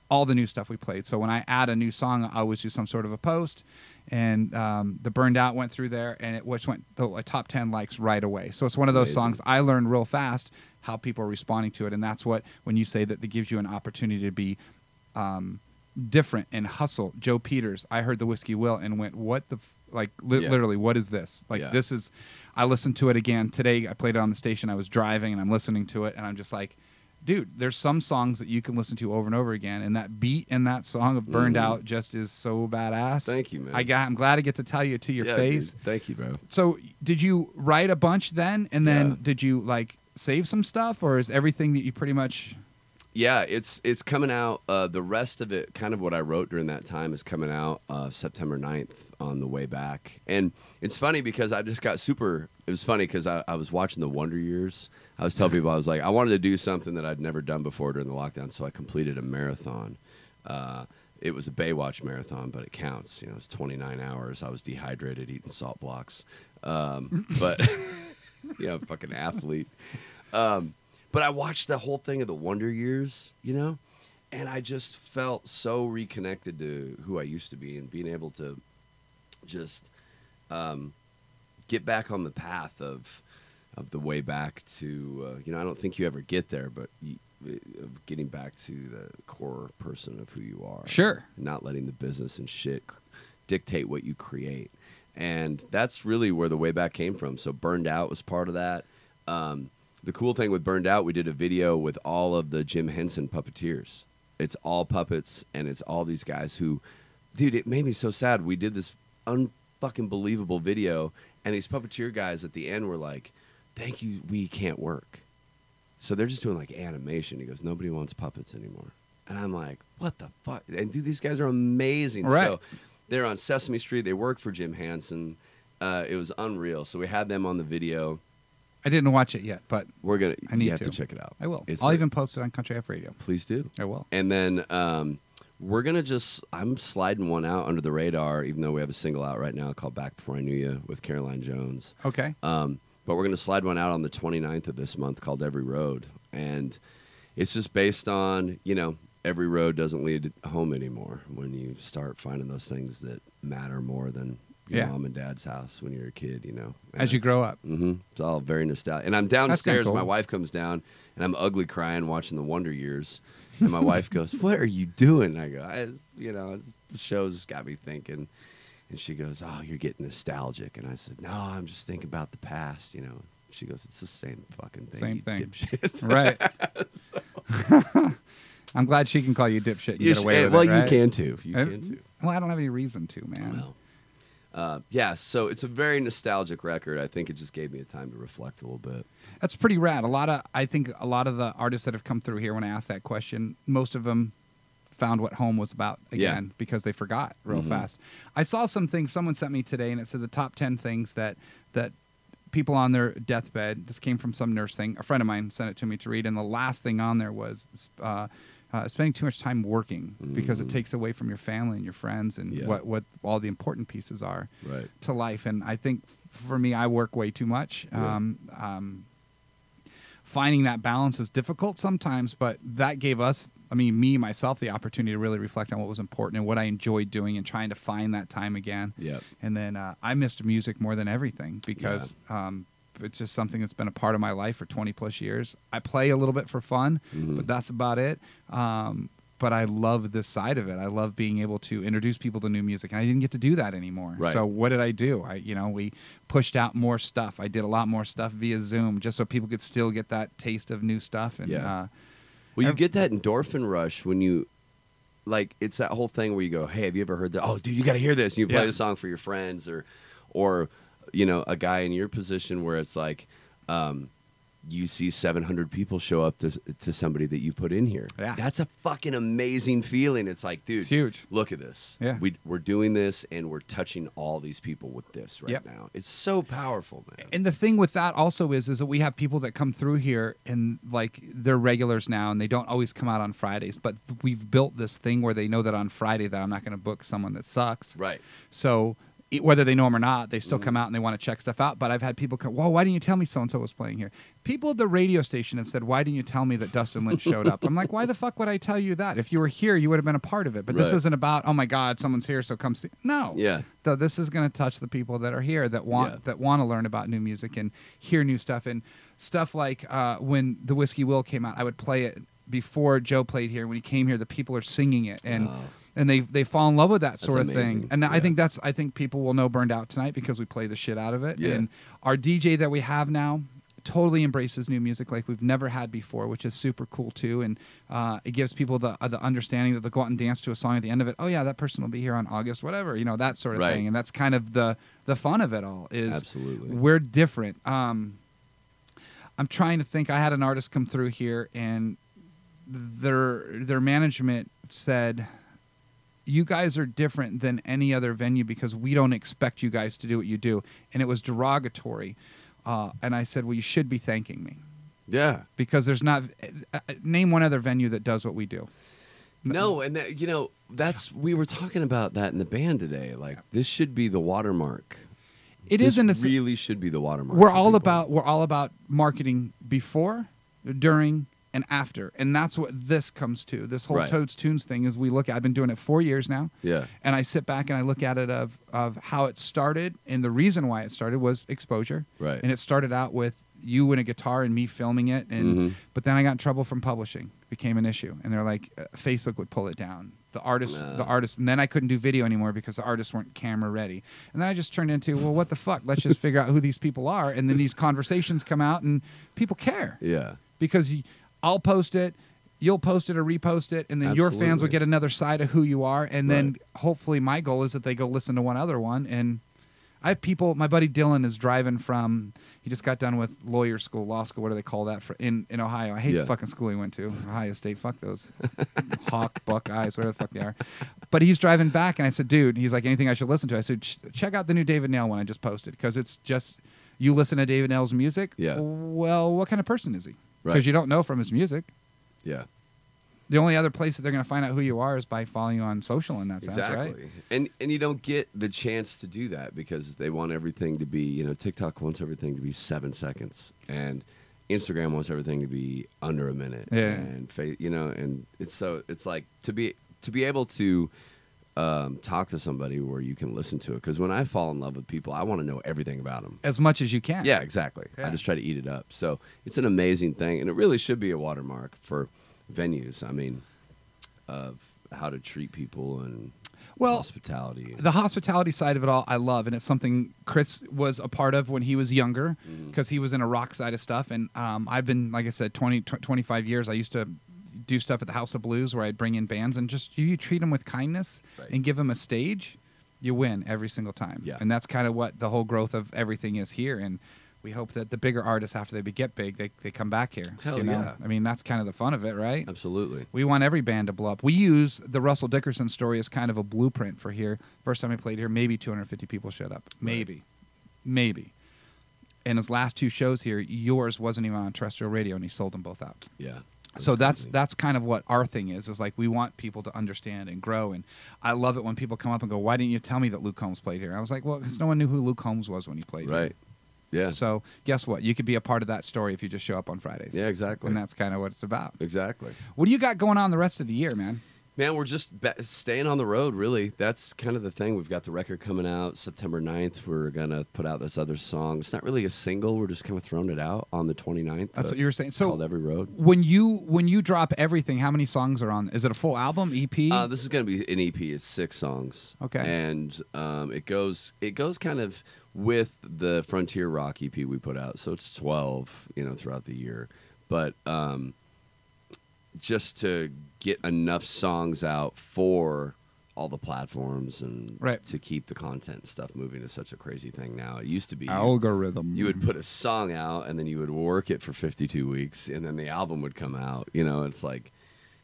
Speaker 1: all the new stuff we played. So when I add a new song, I always do some sort of a post. And um, the burned out went through there, and it which went to like top ten likes right away. So it's one of those
Speaker 2: Amazing.
Speaker 1: songs I learned real fast how people are responding to it, and that's what when you say that it gives you an opportunity to be um, different and hustle joe peters i heard the whiskey will and went what the f-? like li-
Speaker 2: Yeah.
Speaker 1: literally what is this like
Speaker 2: Yeah.
Speaker 1: this is i listened to it again today i played it on the station i was driving and i'm listening to it and i'm just like dude there's some songs that you can listen to over and over again and that beat and that song of burned
Speaker 2: Mhm.
Speaker 1: out just is so badass
Speaker 2: Thank you, man.
Speaker 1: i got i'm glad i get to tell you to your
Speaker 2: Yeah,
Speaker 1: face
Speaker 2: dude. Thank you, bro.
Speaker 1: so did you write a bunch then and then
Speaker 2: Yeah.
Speaker 1: did you like save some stuff or is everything that you pretty much
Speaker 2: Yeah, it's it's coming out. Uh, the rest of it, kind of what I wrote during that time, is coming out uh, September 9th on the way back. And it's funny because I just got super. It was funny because I, I was watching the Wonder Years. I was telling people I was like, I wanted to do something that I'd never done before during the lockdown, so I completed a marathon. Uh, it was a Baywatch marathon, but it counts. You know, it's 29 hours. I was dehydrated, eating salt blocks, um, but you know, fucking athlete. Um, but I watched the whole thing of the Wonder Years, you know, and I just felt so reconnected to who I used to be and being able to just um, get back on the path of of the way back to uh, you know I don't think you ever get there, but you, of getting back to the core person of who you are.
Speaker 1: Sure.
Speaker 2: not letting the business and shit c- dictate what you create, and that's really where the way back came from. So burned out was part of that. Um, the cool thing with burned out, we did a video with all of the Jim Henson puppeteers. It's all puppets, and it's all these guys who, dude, it made me so sad. We did this unfucking believable video, and these puppeteer guys at the end were like, "Thank you, we can't work." So they're just doing like animation. He goes, nobody wants puppets anymore. And I'm like, what the fuck? And dude, these guys are amazing.
Speaker 1: Right.
Speaker 2: So they're on Sesame Street. They work for Jim Hansen. Uh, it was unreal. So we had them on the video.
Speaker 1: i didn't watch it yet but
Speaker 2: We're gonna.
Speaker 1: I need
Speaker 2: you have to.
Speaker 1: to.
Speaker 2: check it out.
Speaker 1: i will
Speaker 2: It's
Speaker 1: i'll
Speaker 2: great.
Speaker 1: even post it on country f radio
Speaker 2: Please do.
Speaker 1: i will
Speaker 2: And then um, we're gonna just. I'm sliding one out under the radar, even though we have a single out right now called "Back Before I Knew You" with Caroline Jones.
Speaker 1: okay
Speaker 2: Um, but we're going to slide one out on the 29th of this month called Every Road. And it's just based on, you know, every road doesn't lead home anymore when you start finding those things that matter more than your
Speaker 1: Yeah.
Speaker 2: mom and dad's house when you're a kid, you know.
Speaker 1: as you grow up
Speaker 2: Mm-hmm. It's all very nostalgic. And I'm downstairs.
Speaker 1: cool.
Speaker 2: My wife comes down, and I'm ugly crying watching The Wonder Years. And my wife goes, "What are you doing?" And I go, I, "You know, it's, the show's got me thinking." And she goes, "Oh, you're getting nostalgic." And I said, "No, I'm just thinking about the past." You know. She goes, "It's the same fucking thing."
Speaker 1: Same
Speaker 2: you
Speaker 1: thing.
Speaker 2: dipshit."
Speaker 1: right i'm glad she can call you dipshit and
Speaker 2: You
Speaker 1: get
Speaker 2: sh-
Speaker 1: away
Speaker 2: eh,
Speaker 1: with
Speaker 2: well,
Speaker 1: it right?
Speaker 2: you can too. You
Speaker 1: Uh,
Speaker 2: can too.
Speaker 1: well i don't have any reason to man
Speaker 2: Well, uh, yeah. So it's a very nostalgic record. I think it just gave me a time to reflect a little bit.
Speaker 1: That's pretty rad. A lot of I think a lot of the artists that have come through here when I asked that question, most of them found what home was about
Speaker 2: Yeah.
Speaker 1: again because they forgot real
Speaker 2: Mhm.
Speaker 1: fast. I saw something someone sent me today and it said the top 10 things that that people on their deathbed, this came from some nurse thing. A friend of mine sent it to me to read and the last thing on there was uh, uh, spending too much time working because it
Speaker 2: Mm.
Speaker 1: takes away from your family and your friends and
Speaker 2: Yeah.
Speaker 1: what, what all the important pieces are
Speaker 2: Right.
Speaker 1: to life. And I think for me, I work way too much.
Speaker 2: Yeah.
Speaker 1: Um, um, finding that balance is difficult sometimes, but that gave us, I mean, me, myself, the opportunity to really reflect on what was important and what I enjoyed doing and trying to find that time again.
Speaker 2: Yep.
Speaker 1: And then uh, I missed music more than everything because um, it's just something that's been a part of my life for 20 plus years. I play a little bit for fun,
Speaker 2: Mhm.
Speaker 1: but that's about it. Um, but I love this side of it. I love being able to introduce people to new music, and I didn't get to do that anymore.
Speaker 2: Right.
Speaker 1: So what did I do? I, you know, we pushed out more stuff. I did a lot more stuff via Zoom, just so people could still get that taste of new stuff. And
Speaker 2: Yeah.
Speaker 1: uh,
Speaker 2: Well, you
Speaker 1: Ev-
Speaker 2: get that endorphin rush when you, like, it's that whole thing where you go, "Hey, have you ever heard that? Oh, dude, you got to hear this!" And you play
Speaker 1: Yeah.
Speaker 2: the song for your friends, or, or, you know, a guy in your position where it's like, um, you see 700 people show up to to somebody that you put in here.
Speaker 1: Yeah.
Speaker 2: that's a fucking amazing feeling. It's like, dude,
Speaker 1: It's huge.
Speaker 2: Look at this.
Speaker 1: Yeah.
Speaker 2: we we're doing this, and we're touching all these people with this right
Speaker 1: Yep.
Speaker 2: now. It's so powerful, man.
Speaker 1: and the thing with that also is is that we have people that come through here and like they're regulars now and they don't always come out on Fridays, but we've built this thing where they know that on Friday that I'm not going to book someone that sucks.
Speaker 2: right. Mm-hmm.
Speaker 1: So it- whether they know them or not, they still come out and they want to check stuff out. But I've had people come, well, why didn't you tell me so and so was playing here? People at the radio station have said, why didn't you tell me that Dustin Lynch showed up? I'm like, why the fuck would I tell you that? If you were here, you would have been a part of it. But this
Speaker 2: Right.
Speaker 1: isn't about, oh my God, someone's here, so come see. No.
Speaker 2: Yeah.
Speaker 1: Though this is going to touch the people that are here that want
Speaker 2: Yeah.
Speaker 1: that want to learn about new music and hear new stuff and stuff like uh, when the Whiskey Will came out, I would play it before Joe played here. When he came here, the people are singing it and
Speaker 2: Oh.
Speaker 1: and they they fall in love with that sort of thing.
Speaker 2: amazing.
Speaker 1: And I
Speaker 2: Yeah.
Speaker 1: think that's I think people will know burned out tonight because we play the shit out of it.
Speaker 2: Yeah.
Speaker 1: And our DJ that we have now totally embraces new music like we've never had before, which is super cool too. And uh, it gives people the uh, the understanding that they'll go out and dance to a song at the end of it. Oh yeah, that person will be here on August, whatever, you know, that sort of
Speaker 2: Right.
Speaker 1: thing. And that's kind of the the fun of it all is
Speaker 2: Absolutely.
Speaker 1: we're different. Um, I'm trying to think. I had an artist come through here, and their their management said, "You guys are different than any other venue because we don't expect you guys to do what you do," and it was derogatory. Uh, and I said, "Well, you should be thanking me
Speaker 2: Yeah.
Speaker 1: because there's not uh, uh, name one other venue that does what we do."
Speaker 2: No, and that, you know that's we were talking about that in the band today. Like this should be the watermark.
Speaker 1: It
Speaker 2: This
Speaker 1: isn't a s-
Speaker 2: really should be the watermark.
Speaker 1: we're
Speaker 2: for
Speaker 1: all
Speaker 2: people.
Speaker 1: about we're all about marketing before during and after and that's what this comes to this whole
Speaker 2: Right.
Speaker 1: toads tunes thing is we look at i've been doing it four years now
Speaker 2: Yeah.
Speaker 1: and i sit back and i look at it of of how it started and the reason why it started was exposure
Speaker 2: Right.
Speaker 1: and it started out with you and a guitar and me filming it and
Speaker 2: Mhm.
Speaker 1: but then i got in trouble from publishing became an issue and they're like uh, facebook would pull it down the artists
Speaker 2: No.
Speaker 1: the artists and then i couldn't do video anymore because the artists weren't camera ready and then i just turned into well what the fuck let's just figure out who these people are and then these conversations come out and people care
Speaker 2: Yeah.
Speaker 1: because y- i'll post it you'll post it or repost it and then your fans will
Speaker 2: Absolutely.
Speaker 1: get another side of who you are and then
Speaker 2: Right.
Speaker 1: hopefully my goal is that they go listen to one other one and i have people my buddy dylan is driving from he just got done with lawyer school law school what do they call that for in, in ohio i hate
Speaker 2: Yeah.
Speaker 1: the fucking school he went to ohio state fuck those hawk buckeyes whatever the fuck they are but he's driving back and i said dude he's like anything i should listen to i said "Ch- check out the new david nail one i just posted because it's just you listen to david nail's music
Speaker 2: Yeah.
Speaker 1: well what kind of person is he because
Speaker 2: Right.
Speaker 1: you don't know from his music
Speaker 2: Yeah.
Speaker 1: the only other place that they're going to find out who you are is by following you on social, and that sounds
Speaker 2: Exactly.
Speaker 1: right.
Speaker 2: And and you don't get the chance to do that because they want everything to be, you know, TikTok wants everything to be 7 seconds and Instagram wants everything to be under a minute.
Speaker 1: Yeah.
Speaker 2: And fa- you know, and it's so it's like to be to be able to um, talk to somebody where you can listen to it because when I fall in love with people, I want to know everything about them.
Speaker 1: As much as you can.
Speaker 2: Yeah, exactly.
Speaker 1: Yeah.
Speaker 2: I just try to eat it up. So it's an amazing thing, and it really should be a watermark for venues. I mean, of how to treat people and
Speaker 1: Well,
Speaker 2: hospitality.
Speaker 1: The hospitality side of it all, I love, and it's something Chris was a part of when he was younger,
Speaker 2: Mm.
Speaker 1: because he was in a rock side of stuff. And um, I've been, like I said, 20, tw 25 years. I used to do stuff at the House of Blues where I'd bring in bands and just you, you treat them with kindness
Speaker 2: Right.
Speaker 1: and give them a stage, you win every single time.
Speaker 2: Yeah.
Speaker 1: And that's kind of what the whole growth of everything is here. And we hope that the bigger artists, after they be- get big, they, they come back here.
Speaker 2: Hell
Speaker 1: you know?
Speaker 2: yeah.
Speaker 1: I mean, that's kind of the fun of it, right?
Speaker 2: Absolutely.
Speaker 1: We want every band to blow up. We use the Russell Dickerson story as kind of a blueprint for here. First time I played here, maybe 250 people showed up. Maybe. Maybe. And his last two shows here, yours wasn't even on terrestrial radio, and he sold them both out.
Speaker 2: Yeah.
Speaker 1: so that's
Speaker 2: crazy.
Speaker 1: that's kind of what our thing is. Is like we want people to understand and grow. And I love it when people come up and go, "Why didn't you tell me that Luke Holmes played here?" I was like, "Well, because no one knew who Luke Holmes was when he played." here."
Speaker 2: right. Yeah.
Speaker 1: So guess what? You could be a part of that story if you just show up on Fridays.
Speaker 2: Yeah, exactly.
Speaker 1: And that's kind of what it's about.
Speaker 2: exactly.
Speaker 1: What do you got going on the rest of the year, man?
Speaker 2: Man, we're just ba- staying on the road, really. That's kind of the thing. We've got the record coming out September 9th. We're going to put out this other song. It's not really a single. We're just kind of throwing it out on the 29th.
Speaker 1: That's
Speaker 2: Uh,
Speaker 1: what you were saying.
Speaker 2: it's
Speaker 1: So-
Speaker 2: called Every Road.
Speaker 1: when you when you drop everything how many songs are on is it a full album E ep
Speaker 2: Uh, this is going to be an EP. It's six songs.
Speaker 1: Okay.
Speaker 2: And um, it goes it goes kind of with the Frontier Rock EP we put out, so it's twelve, you know, throughout the year. But um, just to get enough songs out for all the platforms and
Speaker 1: Right.
Speaker 2: to keep the content and stuff moving is such a crazy thing now. It used to be
Speaker 1: algorithm
Speaker 2: you would put a song out and then you would work it for 52 weeks and then the album would come out you know it's like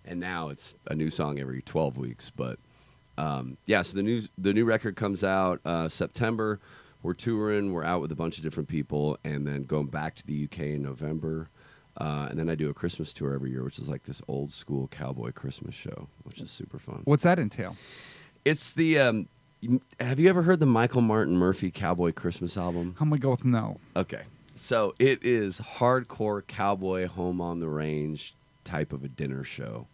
Speaker 2: and now it's a new song every 12 weeks but um, yeah so the new the new record comes out uh, september we're touring we're out with a bunch of different people and then going back to the uk in november uh, and then i do a christmas tour every year which is like this old school cowboy christmas show which is super fun
Speaker 1: what's that entail
Speaker 2: it's the um, have you ever heard the michael martin murphy cowboy christmas album
Speaker 1: i'm gonna go with no
Speaker 2: Okay. So it is hardcore cowboy home on the range type of a dinner show.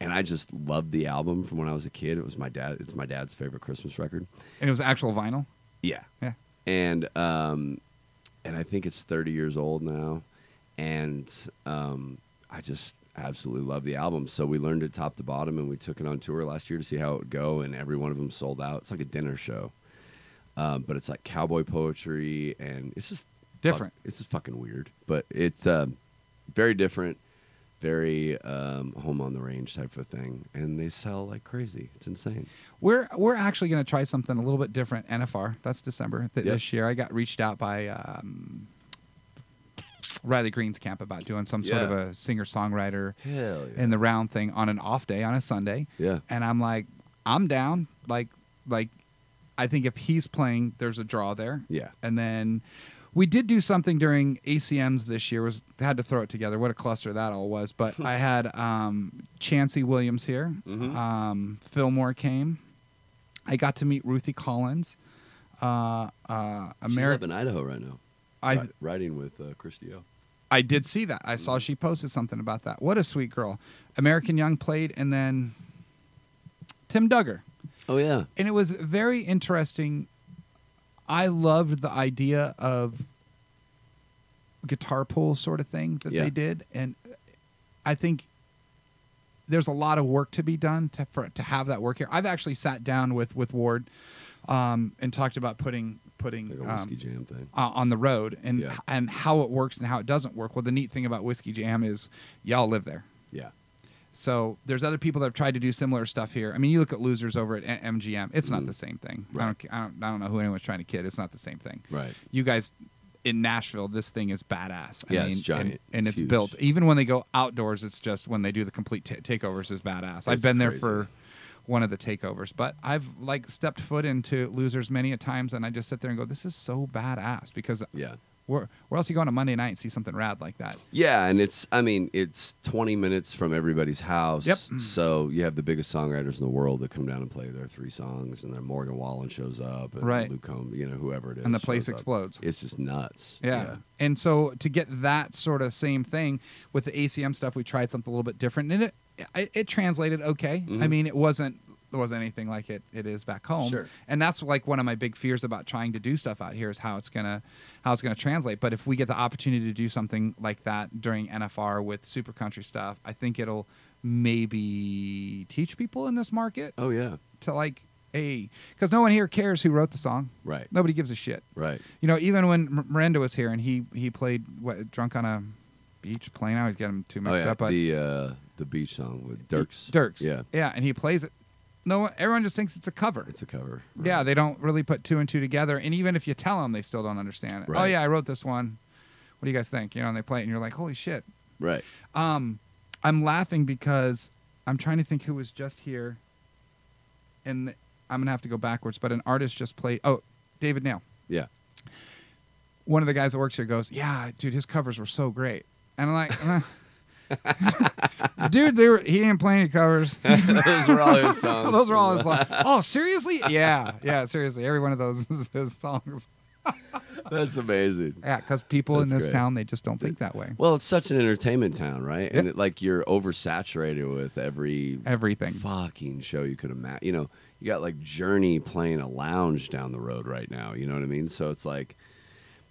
Speaker 2: And I just loved the album from when I was a kid. It was my dad it's my dad's favorite Christmas record.
Speaker 1: and it was actual vinyl
Speaker 2: Yeah.
Speaker 1: yeah
Speaker 2: And um and I think it's 30 years old now and um I just absolutely love the album. So we learned it top to bottom, and we took it on tour last year to see how it would go. And every one of them sold out. It's like a dinner show, um, but it's like cowboy poetry, and it's just fuck-
Speaker 1: Different.
Speaker 2: it's just fucking weird, but it's um, very different, very um, home on the range type of thing, and they sell like crazy. It's insane.
Speaker 1: We're we're actually going to try something a little bit different. NFR. That's December th-
Speaker 2: Yep.
Speaker 1: this year. I got reached out by um, Riley Green's camp about doing some sort of
Speaker 2: Yeah.
Speaker 1: a singer songwriter
Speaker 2: Hell
Speaker 1: in the round thing on an off day on a Sunday.
Speaker 2: Yeah.
Speaker 1: And I'm like, I'm down. Like like I think if he's playing, there's a draw there.
Speaker 2: Yeah.
Speaker 1: And then we did do something during ACMs this year. Was had to throw it together. What a cluster that all was. But I had um, Chancey Williams here.
Speaker 2: Mhm.
Speaker 1: Um, Fillmore came. I got to meet Ruthie Collins. Uh, uh,
Speaker 2: She's up
Speaker 1: American.
Speaker 2: in Idaho right Mm-hmm. now.
Speaker 1: I-
Speaker 2: Ri- riding with uh, Christy O.
Speaker 1: I did see that. I saw she posted something about that. What a sweet girl. American Young played, and then Tim Duggar.
Speaker 2: Oh yeah,
Speaker 1: and it was very interesting. I loved the idea of guitar pull sort of thing that
Speaker 2: Yeah.
Speaker 1: they did, and I think there's a lot of work to be done to for, to have that work here. I've actually sat down with with Ward um, and talked about putting putting
Speaker 2: like a
Speaker 1: um,
Speaker 2: whiskey jam thing.
Speaker 1: uh, on the road and
Speaker 2: Yeah.
Speaker 1: and how it works and how it doesn't work. Well, the neat thing about Whiskey Jam is y'all live there.
Speaker 2: Yeah.
Speaker 1: So there's other people that have tried to do similar stuff here. I mean, you look at losers over at M- MGM. It's not the same thing. I, don't,
Speaker 2: Mm-hmm. Right.
Speaker 1: ca- I don't. I don't know who anyone's trying to kid. It's not the same thing.
Speaker 2: Right.
Speaker 1: You guys in Nashville, this thing is badass. I
Speaker 2: Yeah,
Speaker 1: mean,
Speaker 2: it's giant.
Speaker 1: and, and it's,
Speaker 2: It's huge.
Speaker 1: built. Even when they go outdoors, it's just when they do the complete ta takeovers is badass. I've
Speaker 2: It's
Speaker 1: been there
Speaker 2: crazy.
Speaker 1: for one of the takeovers, but I've like stepped foot into losers many a times, and I just sit there and go, "This is so badass." Because
Speaker 2: Yeah.
Speaker 1: where where else you go on a Monday night and see something rad like that?
Speaker 2: Yeah, and it's I mean, it's 20 minutes from everybody's house.
Speaker 1: Yep.
Speaker 2: So you have the biggest songwriters in the world that come down and play their three songs and then Morgan Wallen shows up and
Speaker 1: Right.
Speaker 2: Luke Combs, you know, whoever it is.
Speaker 1: And the place
Speaker 2: shows up.
Speaker 1: explodes.
Speaker 2: It's just nuts.
Speaker 1: Yeah. And so to get that sort of same thing with the ACM stuff, we tried something a little bit different, and it it, it translated okay. I mean, it wasn't it wasn't anything like it it is back home.
Speaker 2: Mm-hmm. Sure.
Speaker 1: And that's like one of my big fears about trying to do stuff out here is how it's gonna how it's gonna translate. But if we get the opportunity to do something like that during NFR with super country stuff, I think it'll maybe teach people in this market
Speaker 2: Oh yeah.
Speaker 1: to like hey because no one here cares who wrote the song
Speaker 2: Right.
Speaker 1: nobody gives a shit
Speaker 2: Right.
Speaker 1: you know, even when M- Miranda was here and he he played what, drunk on a beach plane. I always get him too
Speaker 2: Oh
Speaker 1: mixed
Speaker 2: yeah.
Speaker 1: up. But
Speaker 2: the uh the beach song with Dirks.
Speaker 1: Dirks,
Speaker 2: Yeah.
Speaker 1: yeah, and he plays it. No, one, everyone just thinks it's a cover.
Speaker 2: It's a cover.
Speaker 1: yeah, they don't really put two and two together. And even if you tell them, they still don't understand it. Oh
Speaker 2: Right.
Speaker 1: yeah, I wrote this one. What do you guys think? You know, and they play it, and you're like, holy shit.
Speaker 2: Right.
Speaker 1: Um, I'm laughing because I'm trying to think who was just here, and I'm gonna have to go backwards. But an artist just played. Oh, David Nail.
Speaker 2: Yeah.
Speaker 1: one of the guys that works here goes, "Yeah, dude, his covers were so great." And I'm like, "Uh." "Dude, they were, he didn't play any covers.
Speaker 2: Those were all his songs.
Speaker 1: those are all his songs." Oh, seriously? Yeah, yeah, seriously. Every one of those is his songs.
Speaker 2: That's amazing.
Speaker 1: Yeah, because people in
Speaker 2: That's
Speaker 1: this
Speaker 2: great.
Speaker 1: town they just don't think that way.
Speaker 2: Well, it's such an entertainment town, right? And
Speaker 1: Yep.
Speaker 2: it, like you're oversaturated with every
Speaker 1: Everything.
Speaker 2: fucking show you could imagine. You know, you got like Journey playing a lounge down the road right now. You know what I mean? So it's like,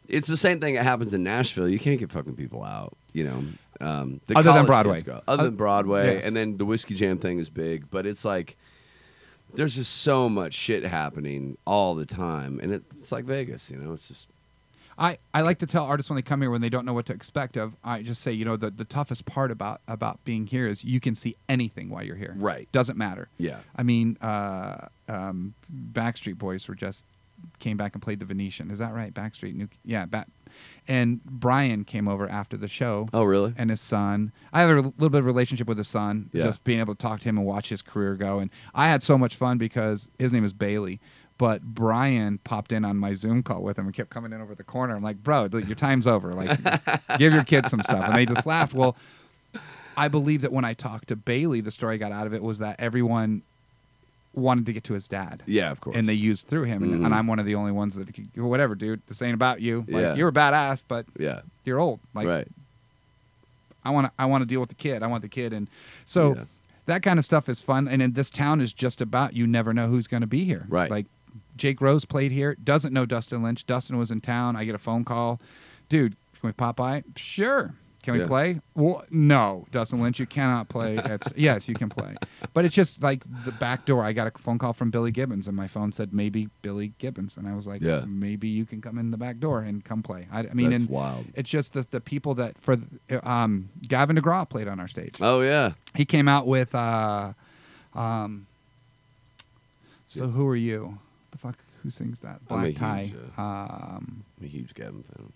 Speaker 2: it's the same thing that happens in Nashville. You can't get fucking people out. You know, um, the
Speaker 1: Other than
Speaker 2: college kids
Speaker 1: Broadway.
Speaker 2: go. other than
Speaker 1: Uh,
Speaker 2: Broadway,
Speaker 1: yes.
Speaker 2: and then the whiskey jam thing is big, but it's like. There's just so much shit happening all the time, and it, it's like Vegas, you know. It's just
Speaker 1: I, I like to tell artists when they come here when they don't know what to expect of I just say you know the, the toughest part about about being here is you can see anything while you're here
Speaker 2: Right.
Speaker 1: doesn't matter
Speaker 2: Yeah.
Speaker 1: I mean uh, um, Backstreet Boys were just came back and played the Venetian is that right Backstreet New yeah back and Brian came over after the show
Speaker 2: oh really?
Speaker 1: and his son. I have a little bit of relationship with his son,
Speaker 2: Yeah.
Speaker 1: just being able to talk to him and watch his career go. And I had so much fun because his name is Bailey. But Brian popped in on my Zoom call with him and kept coming in over the corner. I'm like, bro, like, your time's over. Like, give your kids some stuff. And they just laughed. Well, I believe that when I talked to Bailey, the story I got out of it was that everyone wanted to get to his dad.
Speaker 2: yeah, of course. Mm-hmm.
Speaker 1: And they used through him. And, and I'm one of the only ones that, could- whatever, dude, this ain't about you. Like,
Speaker 2: Yeah.
Speaker 1: You're a badass, but
Speaker 2: yeah,
Speaker 1: you're old. Like,
Speaker 2: right.
Speaker 1: I want to I want to deal with the kid. I want the kid, and so
Speaker 2: Yeah.
Speaker 1: that kind of stuff is fun. And in this town is just about you never know who's going to be here.
Speaker 2: Right.
Speaker 1: Like Jake Rose played here. Doesn't know Dustin Lynch. Dustin was in town. I get a phone call, dude. Can we pop by? Sure. Can we
Speaker 2: Yeah.
Speaker 1: play? Well, no, Dustin Lynch, you cannot play. At, st- yes, you can play, but it's just like the back door. I got a phone call from Billy Gibbons, and my phone said maybe Billy Gibbons, and I was like,
Speaker 2: Yeah.
Speaker 1: maybe you can come in the back door and come play. I, I mean,
Speaker 2: That's
Speaker 1: and
Speaker 2: wild.
Speaker 1: It's just the the people that for the- um, Gavin DeGraw played on our stage.
Speaker 2: Oh yeah.
Speaker 1: He came out with uh, um, so who are you? The fuck who sings that?
Speaker 2: I'm a
Speaker 1: Black tie.
Speaker 2: huge, uh,
Speaker 1: um,
Speaker 2: I'm a huge Gavin fan.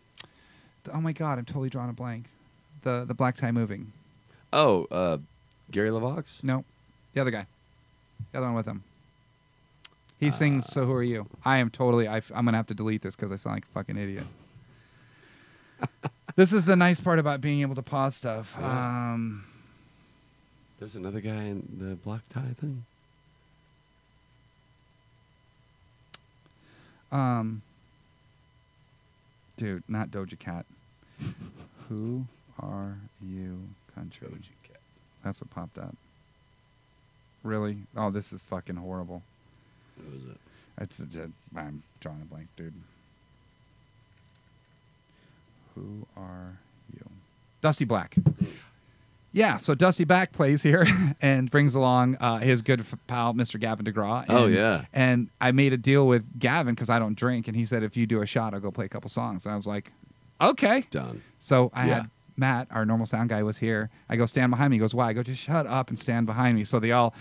Speaker 1: oh my god, I'm totally drawing a blank. The the black tie moving.
Speaker 2: Oh, uh, Gary LaVox.
Speaker 1: No, the other guy, the other one with him.
Speaker 2: Uh,
Speaker 1: He sings "So Who Are You." I am totally. I, am gonna have to delete this because I sound like a fucking idiot. this is the nice part about being able to pause stuff.
Speaker 2: Yeah.
Speaker 1: Um,
Speaker 2: There's another guy in the black tie thing.
Speaker 1: um, dude, not Doja Cat. Who are you, country? That's what popped up. Really? Oh, this is fucking horrible.
Speaker 2: What was it?
Speaker 1: That's it's a, I'm drawing a blank, dude. Who are you? Dusty Black. Yeah, so Dusty Black plays here and brings along uh, his good f- pal, Mr. Gavin DeGraw. And,
Speaker 2: Oh, yeah.
Speaker 1: And I made a deal with Gavin because I don't drink, and he said, if you do a shot, I'll go play a couple songs. And I was like, okay.
Speaker 2: Done.
Speaker 1: So I
Speaker 2: Yeah.
Speaker 1: had Matt, our normal sound guy, was here. I go stand behind me. He goes, "Why?" I go, "Just shut up and stand behind me." So they all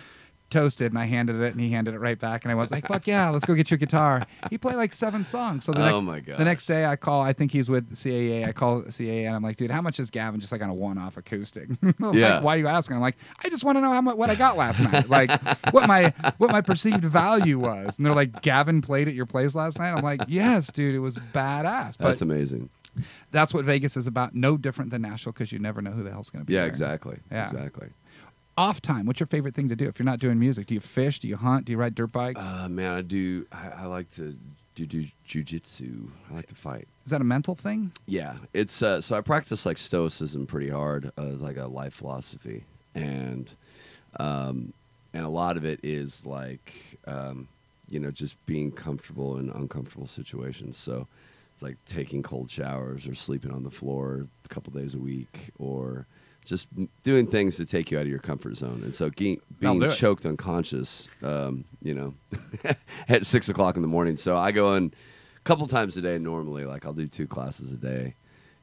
Speaker 1: toasted, and I handed it, and he handed it right back, and I was like, "Fuck yeah, let's go get your guitar." He played like seven songs. So the
Speaker 2: Oh
Speaker 1: next,
Speaker 2: my
Speaker 1: the next
Speaker 2: gosh.
Speaker 1: day I call. I think he's with CAA. I call CAA, and I'm like, "Dude, how much is Gavin just like on a one-off acoustic?" I'm
Speaker 2: Yeah.
Speaker 1: Like, why are you asking? I'm like, I just want to know how much what I got last night, like what my what my perceived value was. And they're like, "Gavin played at your place last night." I'm like, "Yes, dude, it was badass." But
Speaker 2: That's amazing.
Speaker 1: that's what Vegas is about. No different than Nashville because you never know who the hell's going to be.
Speaker 2: Yeah,
Speaker 1: there.
Speaker 2: exactly.
Speaker 1: Yeah.
Speaker 2: Exactly.
Speaker 1: Off time. What's your favorite thing to do if you're not doing music? Do you fish? Do you hunt? Do you ride dirt bikes?
Speaker 2: Uh, man, I do. I, I like to do, do jujitsu. I like to fight.
Speaker 1: is that a mental thing?
Speaker 2: Yeah, it's uh, so I practice like stoicism pretty hard, uh, it's like a life philosophy, and um, and a lot of it is like um, you know just being comfortable in uncomfortable situations. So it's like taking cold showers or sleeping on the floor a couple days a week or just m- doing things to take you out of your comfort zone. And so ge-
Speaker 1: I'll
Speaker 2: being
Speaker 1: do it.
Speaker 2: choked unconscious, um, you know, at six o'clock in the morning. So I go in a couple times a day normally. Like I'll do two classes a day,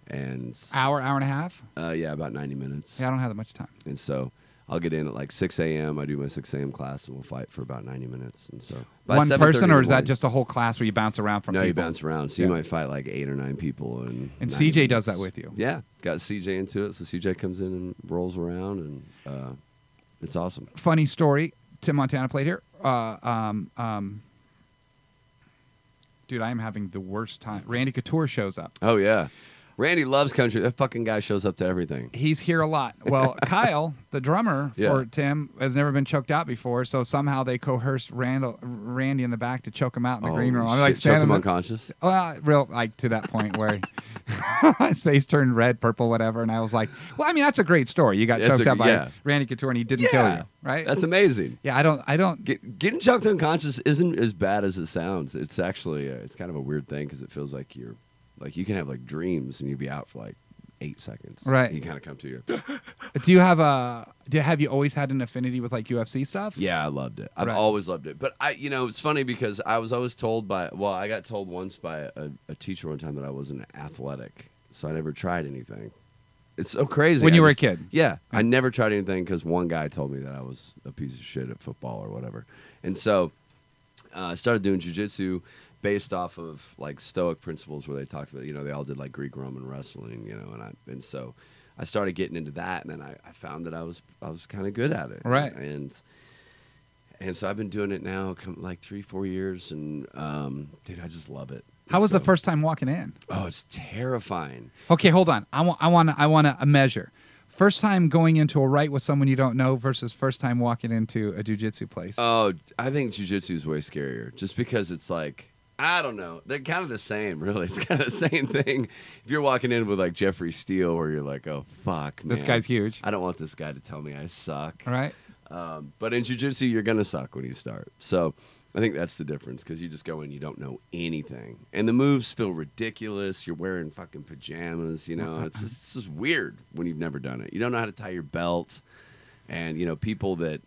Speaker 2: and
Speaker 1: Hour, hour and a half?
Speaker 2: uh, yeah, about ninety minutes.
Speaker 1: Yeah, I don't have that much time.
Speaker 2: And so I'll get in at like six a.m. I do my six a.m. class, and we'll fight for about ninety minutes. And so by
Speaker 1: One
Speaker 2: 7:30 in
Speaker 1: person,
Speaker 2: the
Speaker 1: or is that
Speaker 2: morning-
Speaker 1: just a whole class where you bounce around from
Speaker 2: no? You
Speaker 1: people?
Speaker 2: bounce around, so you
Speaker 1: Yeah.
Speaker 2: might fight like eight or nine people, and
Speaker 1: And
Speaker 2: 90
Speaker 1: CJ does
Speaker 2: minutes.
Speaker 1: that with you.
Speaker 2: Yeah, got CJ into it, so CJ comes in and rolls around, and uh, it's awesome.
Speaker 1: Funny story. Tim Montana played here. Uh, um, um, dude, I am having the worst time. Randy Couture shows up.
Speaker 2: Oh yeah, Randy loves country. That fucking guy shows up to everything.
Speaker 1: he's here a lot. Well, Kyle, the drummer
Speaker 2: Yeah.
Speaker 1: for Tim, has never been choked out before, so somehow they coerced Randall, Randy in the back to choke him out in the green room.
Speaker 2: Holy
Speaker 1: I'm like
Speaker 2: Oh, shit, choked
Speaker 1: standing
Speaker 2: him
Speaker 1: there-
Speaker 2: unconscious.
Speaker 1: well, real like to that point where his face turned red, purple, whatever, and I was like, "Well, I mean, that's a great story. You got
Speaker 2: That's
Speaker 1: choked
Speaker 2: a-
Speaker 1: out by
Speaker 2: yeah.
Speaker 1: Randy Couture, and he didn't kill you, right?
Speaker 2: That's amazing.
Speaker 1: yeah. I don't, I don't.
Speaker 2: Get, getting choked unconscious isn't as bad as it sounds. It's actually uh, it's kind of a weird thing because it feels like you're like you can have like dreams and you'd be out for like eight seconds.
Speaker 1: Right.
Speaker 2: You kind of come to your
Speaker 1: Do you have a? Do have you always had an affinity with like UFC stuff?
Speaker 2: Yeah, I loved it. I've
Speaker 1: Right.
Speaker 2: always loved it. But I, you know, it's funny because I was always told by, well, I got told once by a, a teacher one time that I wasn't athletic, so I never tried anything. It's so crazy.
Speaker 1: When
Speaker 2: I
Speaker 1: you were a
Speaker 2: just-
Speaker 1: kid.
Speaker 2: Yeah, I never tried anything because one guy told me that I was a piece of shit at football or whatever, and so uh, I started doing jujitsu based off of like Stoic principles where they talked about, you know, they all did like Greek Roman wrestling, you know, and I and so I started getting into that, and then I, I found that I was I was kind of good at it,
Speaker 1: Right.
Speaker 2: and and so I've been doing it now, come like three, four years, and um, dude, I just love it.
Speaker 1: How was the
Speaker 2: So-
Speaker 1: first time walking in?
Speaker 2: Oh, it's terrifying.
Speaker 1: Okay, hold on. I want I want I want to measure. First time going into a right with someone you don't know versus first time walking into a jujitsu place.
Speaker 2: Oh, I think jujitsu is way scarier, just because it's like I don't know. They're kind of the same, really. It's kind of the same thing. If you're walking in with like Jeffrey Steele, where you're like, oh fuck,
Speaker 1: this
Speaker 2: man.
Speaker 1: guy's huge,
Speaker 2: I don't want this guy to tell me I suck.
Speaker 1: right?
Speaker 2: Um, but in jujitsu, you're gonna suck when you start. So I think that's the difference because you just go in, you don't know anything, and the moves feel ridiculous. You're wearing fucking pajamas, you know. It's just, it's just weird when you've never done it. You don't know how to tie your belt, and you know people that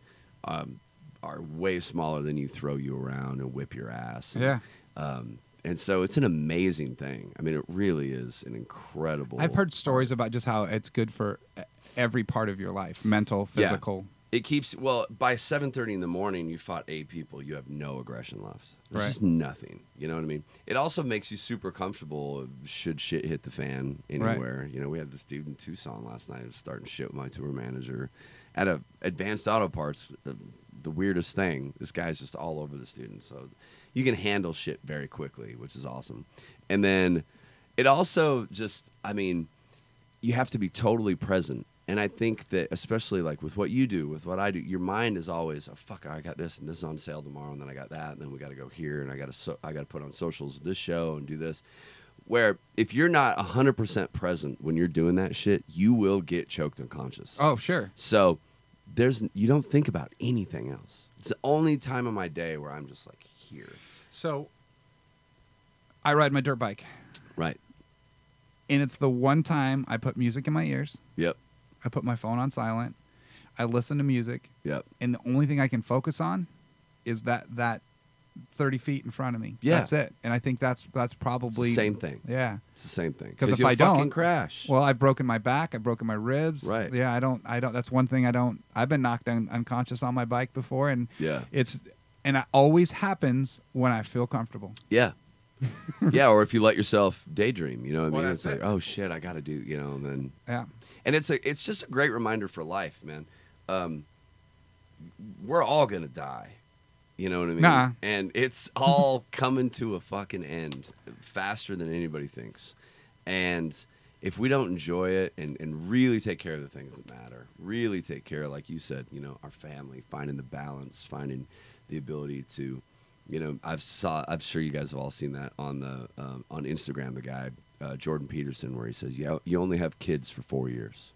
Speaker 2: um, are way smaller than you throw you around and whip your ass. and,
Speaker 1: Yeah.
Speaker 2: Um, and so it's an amazing thing. I mean, it really is an incredible.
Speaker 1: I've heard stories about just how it's good for e- every part of your life, mental,
Speaker 2: Yeah.
Speaker 1: physical.
Speaker 2: it keeps well by 7.30 in the morning you fought eight people you have no aggression left there's
Speaker 1: Right.
Speaker 2: just nothing you know what i mean it also makes you super comfortable should shit hit the fan
Speaker 1: Right.
Speaker 2: anywhere you know we had this dude in tucson last night who was starting shit with my tour manager at a advanced auto parts uh, the weirdest thing this guy's just all over the student so you can handle shit very quickly which is awesome and then it also just i mean you have to be totally present. And I think that especially like with what you do, with what I do, your mind is always, oh fuck, I got this and this is on sale tomorrow, and then I got that, and then we got to go here, and I got to so- I got to put on socials this show and do this. Where if you're not hundred percent present when you're doing that shit, you will get choked unconscious.
Speaker 1: Oh, sure.
Speaker 2: So there's you don't think about anything else. It's the only time of my day where I'm just like here,
Speaker 1: So I ride my dirt bike,
Speaker 2: right?
Speaker 1: and it's the one time I put music in my ears.
Speaker 2: Yep,
Speaker 1: I put my phone on silent. I listen to music,
Speaker 2: yep.
Speaker 1: and the only thing I can focus on is that that thirty feet in front of me.
Speaker 2: Yeah.
Speaker 1: that's it. And I think that's that's
Speaker 2: It's the
Speaker 1: probably
Speaker 2: same thing.
Speaker 1: Yeah.
Speaker 2: It's the same thing.
Speaker 1: 'Cause if
Speaker 2: you'll
Speaker 1: I don't-
Speaker 2: fucking crash.
Speaker 1: Well, I've broken my back. I've broken my ribs.
Speaker 2: Right.
Speaker 1: Yeah, I don't. I don't. That's one thing I don't. I've been knocked un- unconscious on my bike before, and
Speaker 2: yeah.
Speaker 1: it's and it always happens when I feel comfortable.
Speaker 2: Yeah. yeah, or if you let yourself daydream, you know what I mean?
Speaker 3: Well,
Speaker 2: it's
Speaker 3: that's
Speaker 2: like,
Speaker 3: it.
Speaker 2: oh shit, I gotta do, you know, and then
Speaker 1: Yeah.
Speaker 2: and it's a it's just a great reminder for life, man. Um we're all gonna die. You know what I mean?
Speaker 1: Nah.
Speaker 2: And it's all coming to a fucking end faster than anybody thinks. And if we don't enjoy it and, and really take care of the things that matter, really take care, like you said, you know, our family, finding the balance, finding the ability to, you know, I've saw, I'm sure you guys have all seen that on the um, on Instagram, the guy uh, Jordan Peterson, where he says, you, you only have kids for four years.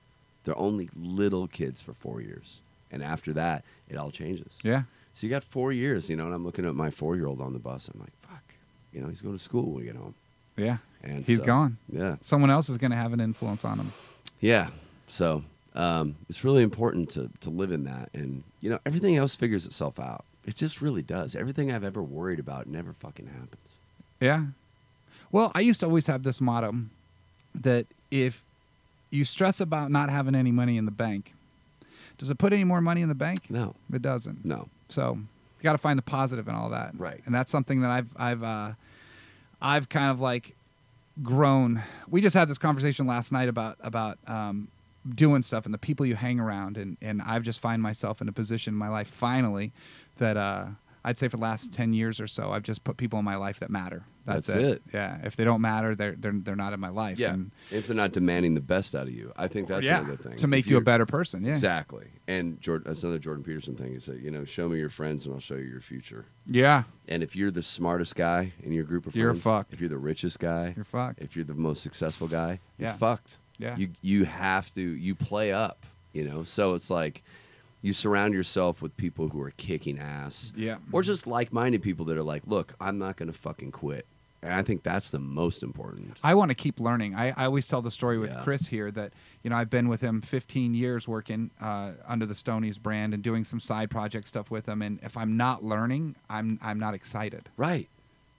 Speaker 2: They're only little kids for four years, and after that, it all changes.
Speaker 1: Yeah.
Speaker 2: So you got four years, you know, and I'm looking at my four year old on the bus. I'm like, fuck, you know, he's going to school when we get home.
Speaker 1: Yeah.
Speaker 2: And
Speaker 1: He's
Speaker 2: so-
Speaker 1: gone.
Speaker 2: Yeah.
Speaker 1: Someone else is going to have an influence on him.
Speaker 2: Yeah. So um, it's really important to, to live in that. And, you know, everything else figures itself out. It just really does. Everything I've ever worried about never fucking happens.
Speaker 1: Yeah. Well, I used to always have this motto that if you stress about not having any money in the bank, does it put any more money in the bank?
Speaker 2: No,
Speaker 1: It doesn't.
Speaker 2: no.
Speaker 1: So you got to find the positive in all that.
Speaker 2: Right.
Speaker 1: And that's something that I've I've uh, I've kind of like grown. We just had this conversation last night about about um, doing stuff and the people you hang around, and and I've just find myself in a position in my life finally that uh, I'd say for the last ten years or so, I've just put people in my life that matter. That's,
Speaker 2: That's it.
Speaker 1: Yeah. If they don't matter, they're they're they're not in my life.
Speaker 2: Yeah.
Speaker 1: And,
Speaker 2: If they're not demanding the best out of you, I think that's
Speaker 1: yeah.
Speaker 2: another thing.
Speaker 1: To make
Speaker 2: If
Speaker 1: you a
Speaker 2: you're-
Speaker 1: better person. Yeah.
Speaker 2: Exactly. And Jordan, that's another Jordan Peterson thing is that, you know, show me your friends and I'll show you your future.
Speaker 1: Yeah.
Speaker 2: And if you're the smartest guy in your group of
Speaker 1: You're
Speaker 2: friends,
Speaker 1: fucked.
Speaker 2: if you're the richest guy,
Speaker 1: You're fucked.
Speaker 2: if you're the most successful guy, you're
Speaker 1: Yeah.
Speaker 2: fucked.
Speaker 1: Yeah.
Speaker 2: You you have to you play up, you know. So it's like you surround yourself with people who are kicking ass.
Speaker 1: Yeah.
Speaker 2: Or just like-minded people that are like, "Look, I'm not going to fucking quit." And I think that's the most important.
Speaker 1: I want to keep learning. I, I always tell the story with
Speaker 2: Yeah.
Speaker 1: Chris here that you know I've been with him 15 years working uh, under the Stonies brand and doing some side project stuff with him. And if I'm not learning, I'm I'm not excited.
Speaker 2: Right.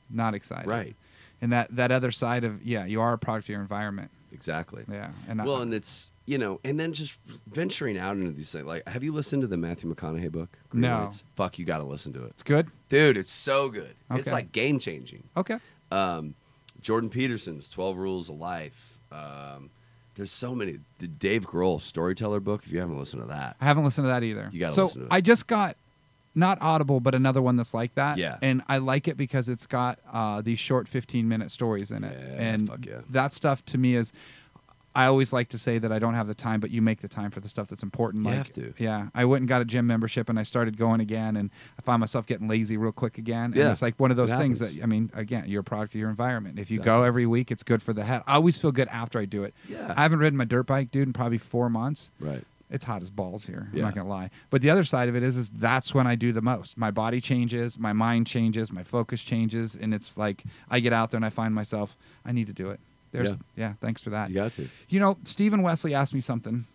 Speaker 1: Not excited.
Speaker 2: Right.
Speaker 1: And that that other side of yeah, you are a product of your environment.
Speaker 2: Exactly.
Speaker 1: Yeah. And I-
Speaker 2: well, and it's you know, and then just venturing out into these things. Like, have you listened to the Matthew McConaughey book? Green
Speaker 1: No.
Speaker 2: Lights? Fuck, you got to listen to it.
Speaker 1: it's good.
Speaker 2: Dude, it's so good. It's
Speaker 1: Okay.
Speaker 2: like game changing.
Speaker 1: Okay.
Speaker 2: Um, Jordan Peterson's 12 Rules of Life. Um, there's so many. The Dave Grohl Storyteller book, if you haven't listened to that.
Speaker 1: I haven't listened to that either.
Speaker 2: You gotta
Speaker 1: so
Speaker 2: listen to it.
Speaker 1: I just got not Audible, but another one that's like that.
Speaker 2: Yeah.
Speaker 1: And I like it because it's got uh, these short 15 minute stories in it.
Speaker 2: Yeah,
Speaker 1: and
Speaker 2: fuck yeah.
Speaker 1: that stuff to me is. I always like to say that I don't have the time, but you make the time for the stuff that's important.
Speaker 2: You
Speaker 1: like,
Speaker 2: have to.
Speaker 1: Yeah, I went and got a gym membership, and I started going again, and I find myself getting lazy real quick again.
Speaker 2: Yeah,
Speaker 1: and it's like one of those
Speaker 2: it
Speaker 1: things
Speaker 2: happens.
Speaker 1: that I mean, again, you're a product of your environment. If you go
Speaker 2: Exactly.
Speaker 1: every week, it's good for the head. I always feel good after I do it.
Speaker 2: Yeah.
Speaker 1: I haven't ridden my dirt bike, dude, in probably four months
Speaker 2: Right.
Speaker 1: it's hot as balls here. I'm
Speaker 2: Yeah.
Speaker 1: not gonna lie. But the other side of it is, is that's when I do the most. My body changes, my mind changes, my focus changes, and it's like I get out there and I find myself, I need to do it. There's,
Speaker 2: Yeah.
Speaker 1: yeah, thanks for that.
Speaker 2: You got to.
Speaker 1: You know, Stephen Wesley asked me something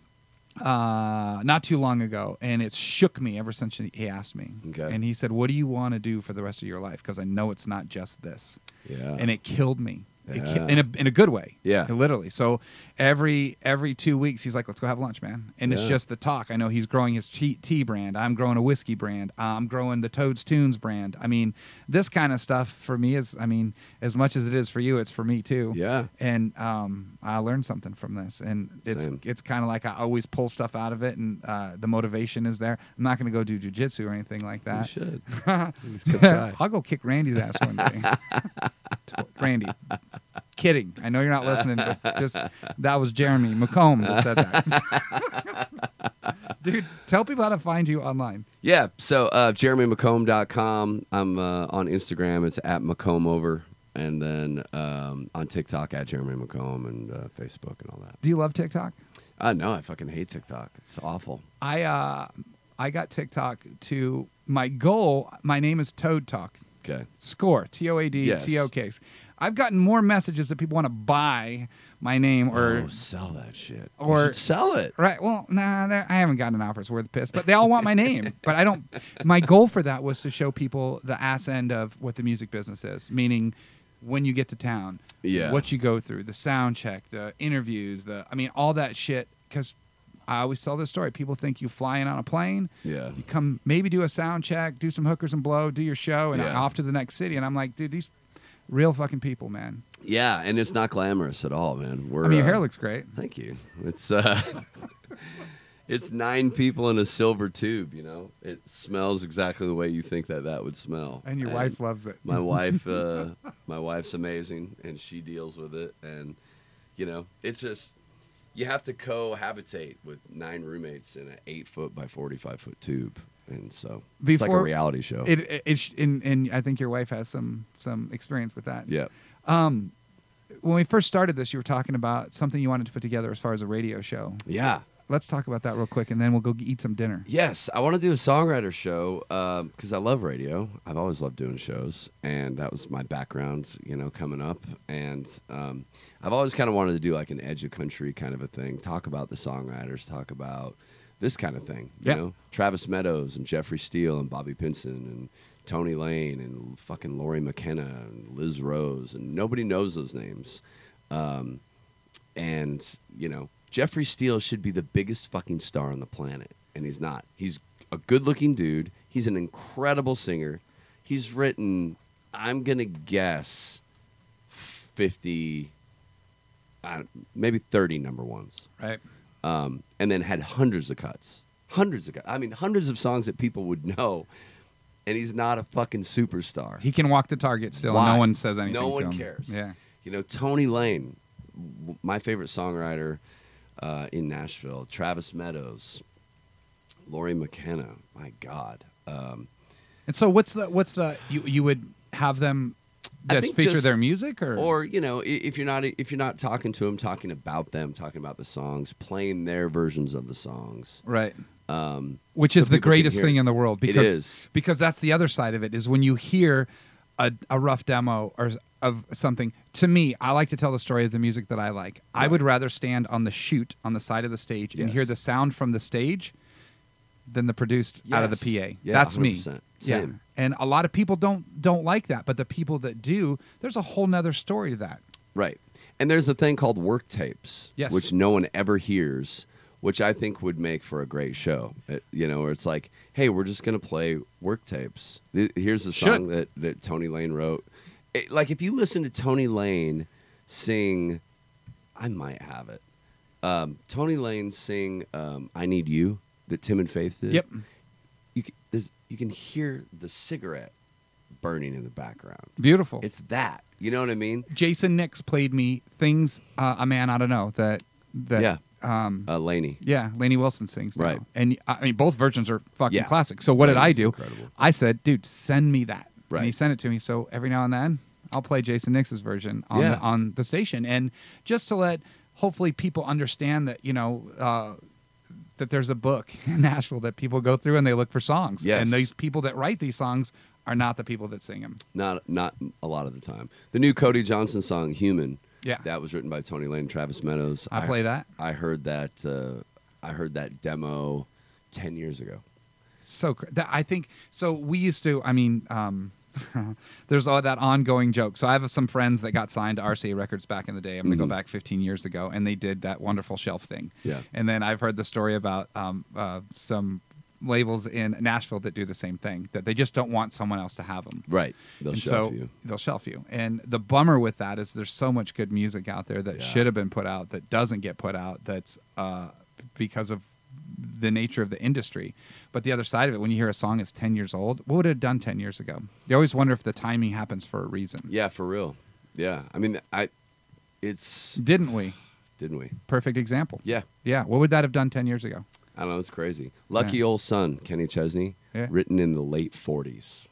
Speaker 1: uh, not too long ago, and it shook me ever since he asked me.
Speaker 2: Okay.
Speaker 1: And he said, "What do you want to do for the rest of your life?" Because I know it's not just this
Speaker 2: Yeah.
Speaker 1: and it killed me it ki-
Speaker 2: Yeah.
Speaker 1: in, a, in a good way
Speaker 2: Yeah.
Speaker 1: literally so every every two weeks he's like let's go have lunch man and it's
Speaker 2: Yeah.
Speaker 1: just the talk i know he's growing his tea, tea brand i'm growing a whiskey brand i'm growing the toads tunes brand i mean this kind of stuff for me is i mean as much as it is for you it's for me too
Speaker 2: Yeah.
Speaker 1: and um, i learned something from this and it's
Speaker 2: Same.
Speaker 1: it's kind of like i always pull stuff out of it and uh, the motivation is there i'm not going to go do jujitsu or anything like
Speaker 2: You
Speaker 1: that
Speaker 2: should.
Speaker 1: I'll go kick Randy's ass one day. Randy, kidding. I know you're not listening, but just that was Jeremy McComb that said that. Dude, tell people how to find you online.
Speaker 2: Yeah. So uh, jeremymacomb.com. I'm uh, on Instagram. It's at Macomb over. And then um, on TikTok at Jeremy McComb and uh, Facebook and all that.
Speaker 1: Do you love TikTok?
Speaker 2: Uh, no, I fucking hate TikTok. It's awful.
Speaker 1: I uh, I got TikTok to my goal. My name is Toad Talk.
Speaker 2: Okay.
Speaker 1: Score T O A D
Speaker 2: Yes.
Speaker 1: T O K. I've gotten more messages that people want to buy my name or
Speaker 2: oh, sell that shit. You
Speaker 1: or-
Speaker 2: should sell it.
Speaker 1: Right. Well, nah, there- I haven't gotten an offer. It's worth the piss. But they all want my name. But I don't. My goal for that was to show people the ass end of what the music business is, meaning when you get to town,
Speaker 2: Yeah.
Speaker 1: what you go through, the sound check, the interviews, the I mean, all that shit. Because I always tell this story. People think you flying on a plane.
Speaker 2: Yeah.
Speaker 1: You come maybe do a sound check, do some hookers and blow, do your show, and
Speaker 2: Yeah.
Speaker 1: off to the next city. And I'm like, dude, these real fucking people, man.
Speaker 2: Yeah, and it's not glamorous at all, man. We're,
Speaker 1: I mean, your
Speaker 2: uh,
Speaker 1: hair looks great.
Speaker 2: Thank you. It's uh, it's nine people in a silver tube. You know, it smells exactly the way you think that that would smell.
Speaker 1: And your wife loves it.
Speaker 2: My wife, uh, my wife's amazing, and she deals with it. And you know, it's just you have to cohabitate with nine roommates in an eight foot by forty five foot tube, and so it's like a
Speaker 1: Before-
Speaker 2: reality show.
Speaker 1: It, it, it sh- and, and I think your wife has some some experience with that.
Speaker 2: yeah,
Speaker 1: When we first started this, you were talking about something you wanted to put together as far as a radio show.
Speaker 2: yeah.
Speaker 1: Let's talk about that real quick, and then we'll go g- eat some dinner.
Speaker 2: Yes, I want to do a songwriter show because I love radio. I've always loved doing shows, and that was my background, you know, coming up. And um, I've always kind of wanted to do like an edge of country kind of a thing. Talk about the songwriters, talk about this kind of thing. You
Speaker 1: Yeah.
Speaker 2: know, Travis Meadows and Jeffrey Steele and Bobby Pinson and Tony Lane and fucking Lori McKenna and Liz Rose and nobody knows those names. Um, and you know Jeffrey Steele should be the biggest fucking star on the planet, and he's not. He's a good-looking dude. He's an incredible singer. He's written, I'm gonna guess, fifty, I don't- maybe thirty number ones,
Speaker 1: Right.
Speaker 2: um, and then had hundreds of cuts, hundreds of cuts. I mean, hundreds of songs that people would know, and he's not a fucking superstar.
Speaker 1: He can walk the target still. and
Speaker 2: Why?
Speaker 1: No one says anything.
Speaker 2: No
Speaker 1: to him.
Speaker 2: one cares.
Speaker 1: Yeah.
Speaker 2: You know, Tony Lane, w- my favorite songwriter uh, in Nashville, Travis Meadows, Lori McKenna. My God. Um,
Speaker 1: And so, what's the what's the you you would have them
Speaker 2: I
Speaker 1: just
Speaker 2: think
Speaker 1: feature
Speaker 2: just-
Speaker 1: their music or
Speaker 2: or you know, i- if you're not if you're not talking to them, talking about them, talking about the songs, playing their versions of the songs.
Speaker 1: right.
Speaker 2: Um,
Speaker 1: which
Speaker 2: so
Speaker 1: is the
Speaker 2: people can
Speaker 1: greatest
Speaker 2: hear
Speaker 1: thing
Speaker 2: it.
Speaker 1: in the world
Speaker 2: It
Speaker 1: because
Speaker 2: is.
Speaker 1: because that's the other side of it is when you hear a, a rough demo or s- of something to me i like to tell the story of the music that i like i would rather stand on the shoot on the side of the stage and hear
Speaker 2: Yes.
Speaker 1: the sound from the stage than the produced out of the
Speaker 2: Yes.
Speaker 1: pa
Speaker 2: Yeah,
Speaker 1: that's me
Speaker 2: 100%.
Speaker 1: yeah
Speaker 2: Same.
Speaker 1: and a lot of people don't don't like that but the people that do there's a whole nother story to that
Speaker 2: Right. And there's a thing called work tapes,
Speaker 1: Yes.
Speaker 2: which no one ever hears, which I think would make for a great show. It- you know, where it's like, hey, we're just going to play work tapes. Th- Here's a
Speaker 1: Should.
Speaker 2: song that, that Tony Lane wrote. It- like, if you listen to Tony Lane sing, I might have it. Um, Tony Lane sing um, I Need You that Tim and Faith did
Speaker 1: yep
Speaker 2: you can, there's, you can hear the cigarette burning in the background.
Speaker 1: beautiful
Speaker 2: It's that. You know what I mean?
Speaker 1: jason nix played me things uh, a man ought to know that that
Speaker 2: Yeah.
Speaker 1: um
Speaker 2: Uh, Laney.
Speaker 1: Yeah, Laney Wilson sings now.
Speaker 2: Right.
Speaker 1: And uh, I mean, both versions are fucking
Speaker 2: Yeah.
Speaker 1: classic. So what did I
Speaker 2: Laney's
Speaker 1: do?
Speaker 2: incredible.
Speaker 1: I said, dude, send me that.
Speaker 2: Right.
Speaker 1: And he sent it to me. So every now and then, I'll play Jason Nix's version on,
Speaker 2: Yeah.
Speaker 1: the, on the station. And just to let hopefully people understand that, you know, uh, that there's a book in Nashville that people go through and they look for songs.
Speaker 2: Yes.
Speaker 1: And these people that write these songs are not the people that sing them.
Speaker 2: Not not a lot of the time. The new Cody Johnson song "Human."
Speaker 1: Yeah.
Speaker 2: that was written by Tony Lane, and Travis Meadows.
Speaker 1: I play that.
Speaker 2: I heard that. Uh, I heard that demo ten years ago.
Speaker 1: So cr- that I think so. We used to. I mean, um, there's all that ongoing joke. So I have some friends that got signed to RCA Records back in the day. I'm gonna go back 15 years ago, and they did that wonderful shelf thing.
Speaker 2: Yeah.
Speaker 1: And then I've heard the story about um, uh, some labels in Nashville that do the same thing. That they just don't want someone else to have them.
Speaker 2: Right, they'll
Speaker 1: and
Speaker 2: shelf
Speaker 1: so
Speaker 2: you.
Speaker 1: they'll shelf you. And the bummer with that is there's so much good music out there that
Speaker 2: Yeah.
Speaker 1: should have been put out that doesn't get put out. That's uh, because of the nature of the industry. But the other side of it, when you hear a song is 10 years old, what would it have done 10 years ago? You always wonder if the timing happens for a reason.
Speaker 2: Yeah, for real. Yeah, I mean, I. It's
Speaker 1: Didn't we?
Speaker 2: didn't we?
Speaker 1: Perfect example.
Speaker 2: Yeah,
Speaker 1: Yeah. What would that have done 10 years ago?
Speaker 2: I don't know. It's crazy. Lucky
Speaker 1: Yeah.
Speaker 2: old son, Kenny Chesney,
Speaker 1: Yeah.
Speaker 2: written in the late '40s.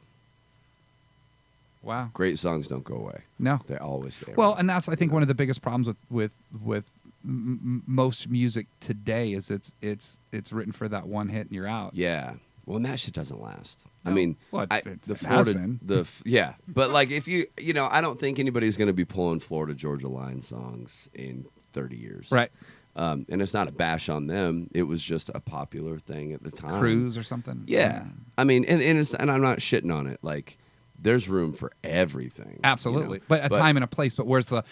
Speaker 1: Wow.
Speaker 2: Great songs don't go away.
Speaker 1: No.
Speaker 2: They're always there.
Speaker 1: Well, and that's I think one of the biggest problems with with with m- m- most music today is it's it's it's written for that one hit and you're out.
Speaker 2: yeah. Well, and that shit doesn't last. I
Speaker 1: No.
Speaker 2: mean,
Speaker 1: Well, it-
Speaker 2: I,
Speaker 1: it-
Speaker 2: the
Speaker 1: it has
Speaker 2: Florida,
Speaker 1: been.
Speaker 2: the f- yeah, but like if you, you know, I don't think anybody's going to be pulling Florida Georgia Line songs in 30 years,
Speaker 1: Right.
Speaker 2: Um, and it's not a bash on them. It was just a popular thing at the time.
Speaker 1: cruise or something.
Speaker 2: Um, Yeah. I mean, and, and it's and I'm not shitting on it. Like, there's room for everything. you know?
Speaker 1: Absolutely. But a time and a place, but where's the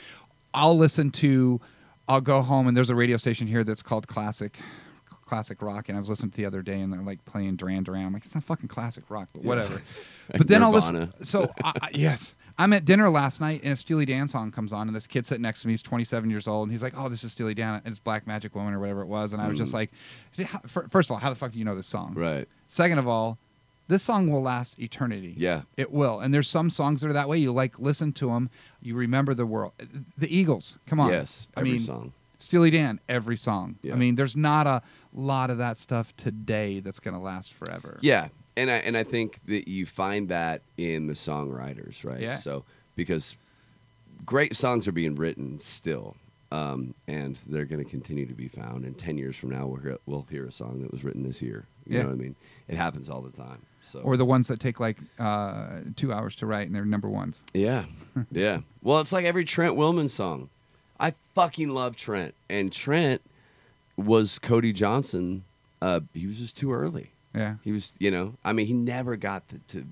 Speaker 1: I'll listen to I'll go home and there's a radio station here that's called classic classic rock and I was listening to the other day and they're like playing Duran Duran. I'm like it's not fucking classic rock, but whatever. but then I'll listen
Speaker 2: Nirvana.
Speaker 1: so I, I, yes. I'm at dinner last night and a Steely Dan song comes on and this kid sitting next to me is 27 years old and he's like, "Oh, this is Steely Dan and it's Black Magic Woman or whatever it was." And I was
Speaker 2: Hmm.
Speaker 1: just like, "How- fir- first of all, how the fuck do you know this song?"
Speaker 2: Right.
Speaker 1: Second of all, this song will last eternity.
Speaker 2: Yeah.
Speaker 1: It will. And there's some songs that are that way. You like listen to them, you remember the world. The Eagles, come on.
Speaker 2: Yes. Every
Speaker 1: I mean,
Speaker 2: song.
Speaker 1: Steely Dan, every song.
Speaker 2: Yeah.
Speaker 1: I mean, there's not a lot of that stuff today that's going to last forever.
Speaker 2: Yeah, and I and I think that you find that in the songwriters, right?
Speaker 1: Yeah.
Speaker 2: So because great songs are being written still, um, and they're going to continue to be found. And ten years from now, we'll hear, we'll hear a song that was written this year. You
Speaker 1: Yeah.
Speaker 2: know what I mean? It happens all the time. So
Speaker 1: Or the ones that take like uh, two hours to write and they're number ones.
Speaker 2: yeah, yeah. Well, it's like every Trent Wilman song. I fucking love Trent, and Trent was Cody Johnson. Uh, he was just too early.
Speaker 1: Yeah.
Speaker 2: He was, you know, I mean, he never got to, to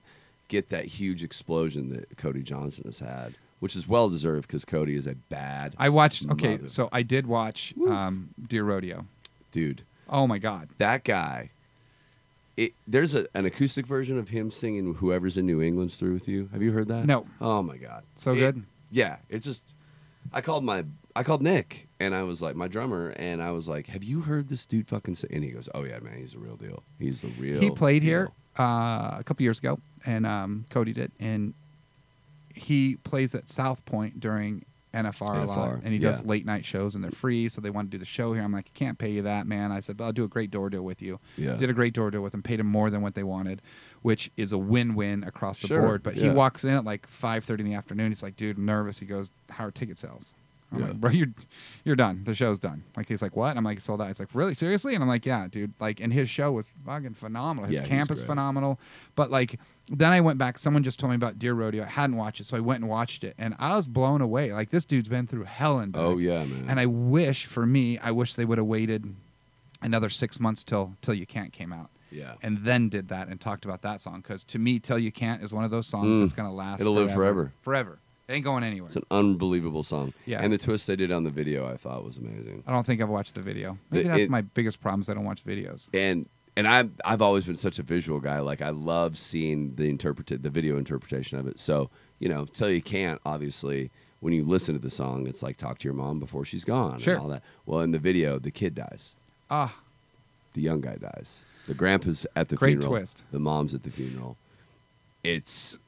Speaker 2: get that huge explosion that Cody Johnson has had, which is well deserved because Cody is a bad.
Speaker 1: I watched, okay,
Speaker 2: mother-
Speaker 1: so I did watch um, Dear Rodeo.
Speaker 2: dude,
Speaker 1: Oh my God.
Speaker 2: that guy. It, there's a, an acoustic version of him singing "Whoever's in New England's Through with You." Have you heard that?
Speaker 1: No.
Speaker 2: Oh my god,
Speaker 1: So
Speaker 2: It-
Speaker 1: good?
Speaker 2: Yeah, it's just. I called my I called Nick and I was like my drummer and I was like, "Have you heard this dude fucking?" Sing? And he goes, "Oh yeah, man, he's the real deal. He's the real."
Speaker 1: he played
Speaker 2: deal."
Speaker 1: here uh, a couple years ago, and um, Cody did, and he plays at South Point during NFR, a lot,
Speaker 2: NFR,
Speaker 1: and he does
Speaker 2: yeah.
Speaker 1: late night shows, and they're free, so they want to do the show here. I'm like, I can't pay you that, man. I said, but I'll do a great door deal with you.
Speaker 2: Yeah.
Speaker 1: Did a great door deal with him, paid him more than what they wanted, which is a win-win across the
Speaker 2: Sure,
Speaker 1: board. But he
Speaker 2: yeah.
Speaker 1: walks in at like 5:30 in the afternoon. He's like, dude, I'm nervous. He goes, how are ticket sales? I'm
Speaker 2: Yeah.
Speaker 1: like, bro, you're you're done. The show's done. Like he's like, what? I'm like, sold out. He's like, really, seriously? And I'm like, yeah, dude. Like, and his show was fucking phenomenal. His
Speaker 2: Yeah, he's
Speaker 1: camp is
Speaker 2: great.
Speaker 1: phenomenal. But like, then I went back. Someone just told me about Deer Rodeo. I hadn't watched it, so I went and watched it, and I was blown away. Like this dude's been through hell and back.
Speaker 2: Oh yeah, man.
Speaker 1: And I wish for me, I wish they would have waited another six months till till you can't came out.
Speaker 2: Yeah.
Speaker 1: And then did that and talked about that song because to me, "Till You Can't" is one of those songs
Speaker 2: Mm.
Speaker 1: that's gonna last.
Speaker 2: It'll live forever.
Speaker 1: Forever. It ain't going anywhere.
Speaker 2: It's an unbelievable song.
Speaker 1: Yeah.
Speaker 2: And the twist they did on the video I thought was amazing.
Speaker 1: I don't think I've watched the video. Maybe
Speaker 2: It-
Speaker 1: that's
Speaker 2: it-
Speaker 1: my biggest problem is I don't watch videos.
Speaker 2: And and I've I've always been such a visual guy. Like I love seeing the interpreted the video interpretation of it. So, you know, till you can't, obviously, when you listen to the song, it's like talk to your mom before she's gone
Speaker 1: Sure.
Speaker 2: and all that. Well, in the video, the kid dies.
Speaker 1: Ah,
Speaker 2: The young guy dies. The grandpa's at the
Speaker 1: Great
Speaker 2: funeral.
Speaker 1: twist.
Speaker 2: The mom's at the funeral. It's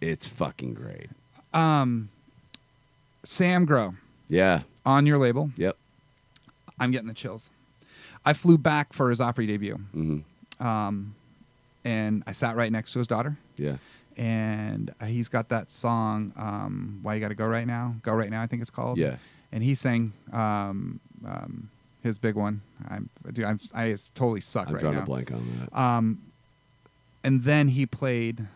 Speaker 2: it's fucking great.
Speaker 1: Sam Grow
Speaker 2: Yeah.
Speaker 1: on your label.
Speaker 2: Yep.
Speaker 1: I'm getting the chills. I flew back for his Opry debut,
Speaker 2: hmm
Speaker 1: and I sat right next to his daughter.
Speaker 2: Yeah.
Speaker 1: and he's got that song um, "Why You Got to Go Right Now." Go right now, I think it's called.
Speaker 2: Yeah.
Speaker 1: And he sang um, um, his big one. I'm dude, I'm I is totally suck
Speaker 2: I'm
Speaker 1: right
Speaker 2: drawing
Speaker 1: now. Uh,
Speaker 2: a blank on that.
Speaker 1: And then he played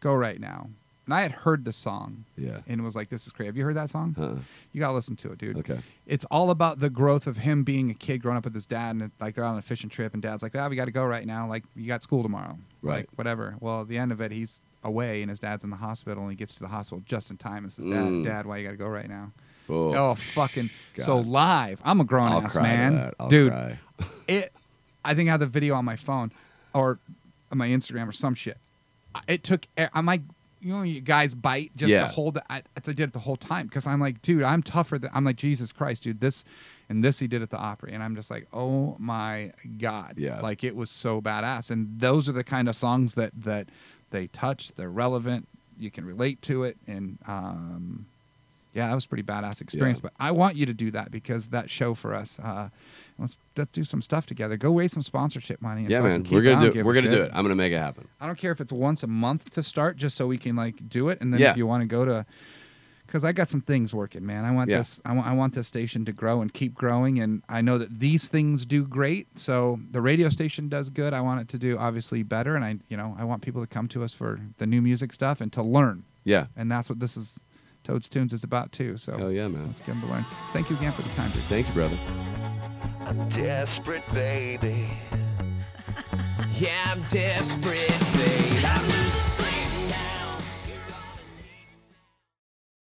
Speaker 1: "Go Right Now," and I had heard the song.
Speaker 2: Yeah.
Speaker 1: and was like, "This is crazy." Have you heard that song?
Speaker 2: Uh-uh.
Speaker 1: You gotta listen to it, dude.
Speaker 2: Okay.
Speaker 1: It's all about the growth of him being a kid growing up with his dad, and like they're on a fishing trip, and dad's like, "Ah, we gotta go right now. Like you got school tomorrow.
Speaker 2: Right.
Speaker 1: Like, whatever." Well, at the end of it, he's away, and his dad's in the hospital, and he gets to the hospital just in time, and says, "Dad,
Speaker 2: Mm.
Speaker 1: Dad, why you gotta go right now?"
Speaker 2: Oh,
Speaker 1: Oh, fucking.
Speaker 2: God.
Speaker 1: So live. I'm a grown
Speaker 2: I'll
Speaker 1: ass
Speaker 2: cry to
Speaker 1: man.
Speaker 2: that. I'll
Speaker 1: Dude,
Speaker 2: cry.
Speaker 1: it I think I have the video on my phone or on my Instagram or some shit. I- It took e, I'm like you know you guys bite just
Speaker 2: Yeah.
Speaker 1: to hold it. I, I did it the whole time because I'm like, dude, I'm tougher than I'm like Jesus Christ, dude. This and this he did at the Opry, and I'm just like, oh my god,
Speaker 2: Yeah.
Speaker 1: Like it was so badass, and those are the kind of songs that that they touch. They're relevant. You can relate to it, and um, yeah, that was a pretty badass experience.
Speaker 2: Yeah.
Speaker 1: But I want you to do that because that show for us. Uh, let's, let's do some stuff together. Go raise some sponsorship money. And
Speaker 2: yeah,
Speaker 1: fucking
Speaker 2: man.
Speaker 1: keep
Speaker 2: We're
Speaker 1: I don't
Speaker 2: gonna do it.
Speaker 1: give
Speaker 2: We're
Speaker 1: a
Speaker 2: gonna do
Speaker 1: shit.
Speaker 2: it. I'm gonna make it happen.
Speaker 1: I don't care if it's once a month to start, just so we can like do it. And then
Speaker 2: Yeah.
Speaker 1: if you want to go to, because I got some things working, man. I want
Speaker 2: Yeah.
Speaker 1: this. I want. I want this station to grow and keep growing. And I know that these things do great. So the radio station does good. I want it to do obviously better. And I, you know, I want people to come to us for the new music stuff and to learn.
Speaker 2: Yeah.
Speaker 1: And that's what this is. Toad's Tunes is about too. So
Speaker 2: Hell yeah, man.
Speaker 1: let's get them to learn. Thank you again for the time, dude.
Speaker 2: Thank you, brother.
Speaker 4: I'm desperate, baby.
Speaker 5: Yeah, I'm desperate, babe. I'm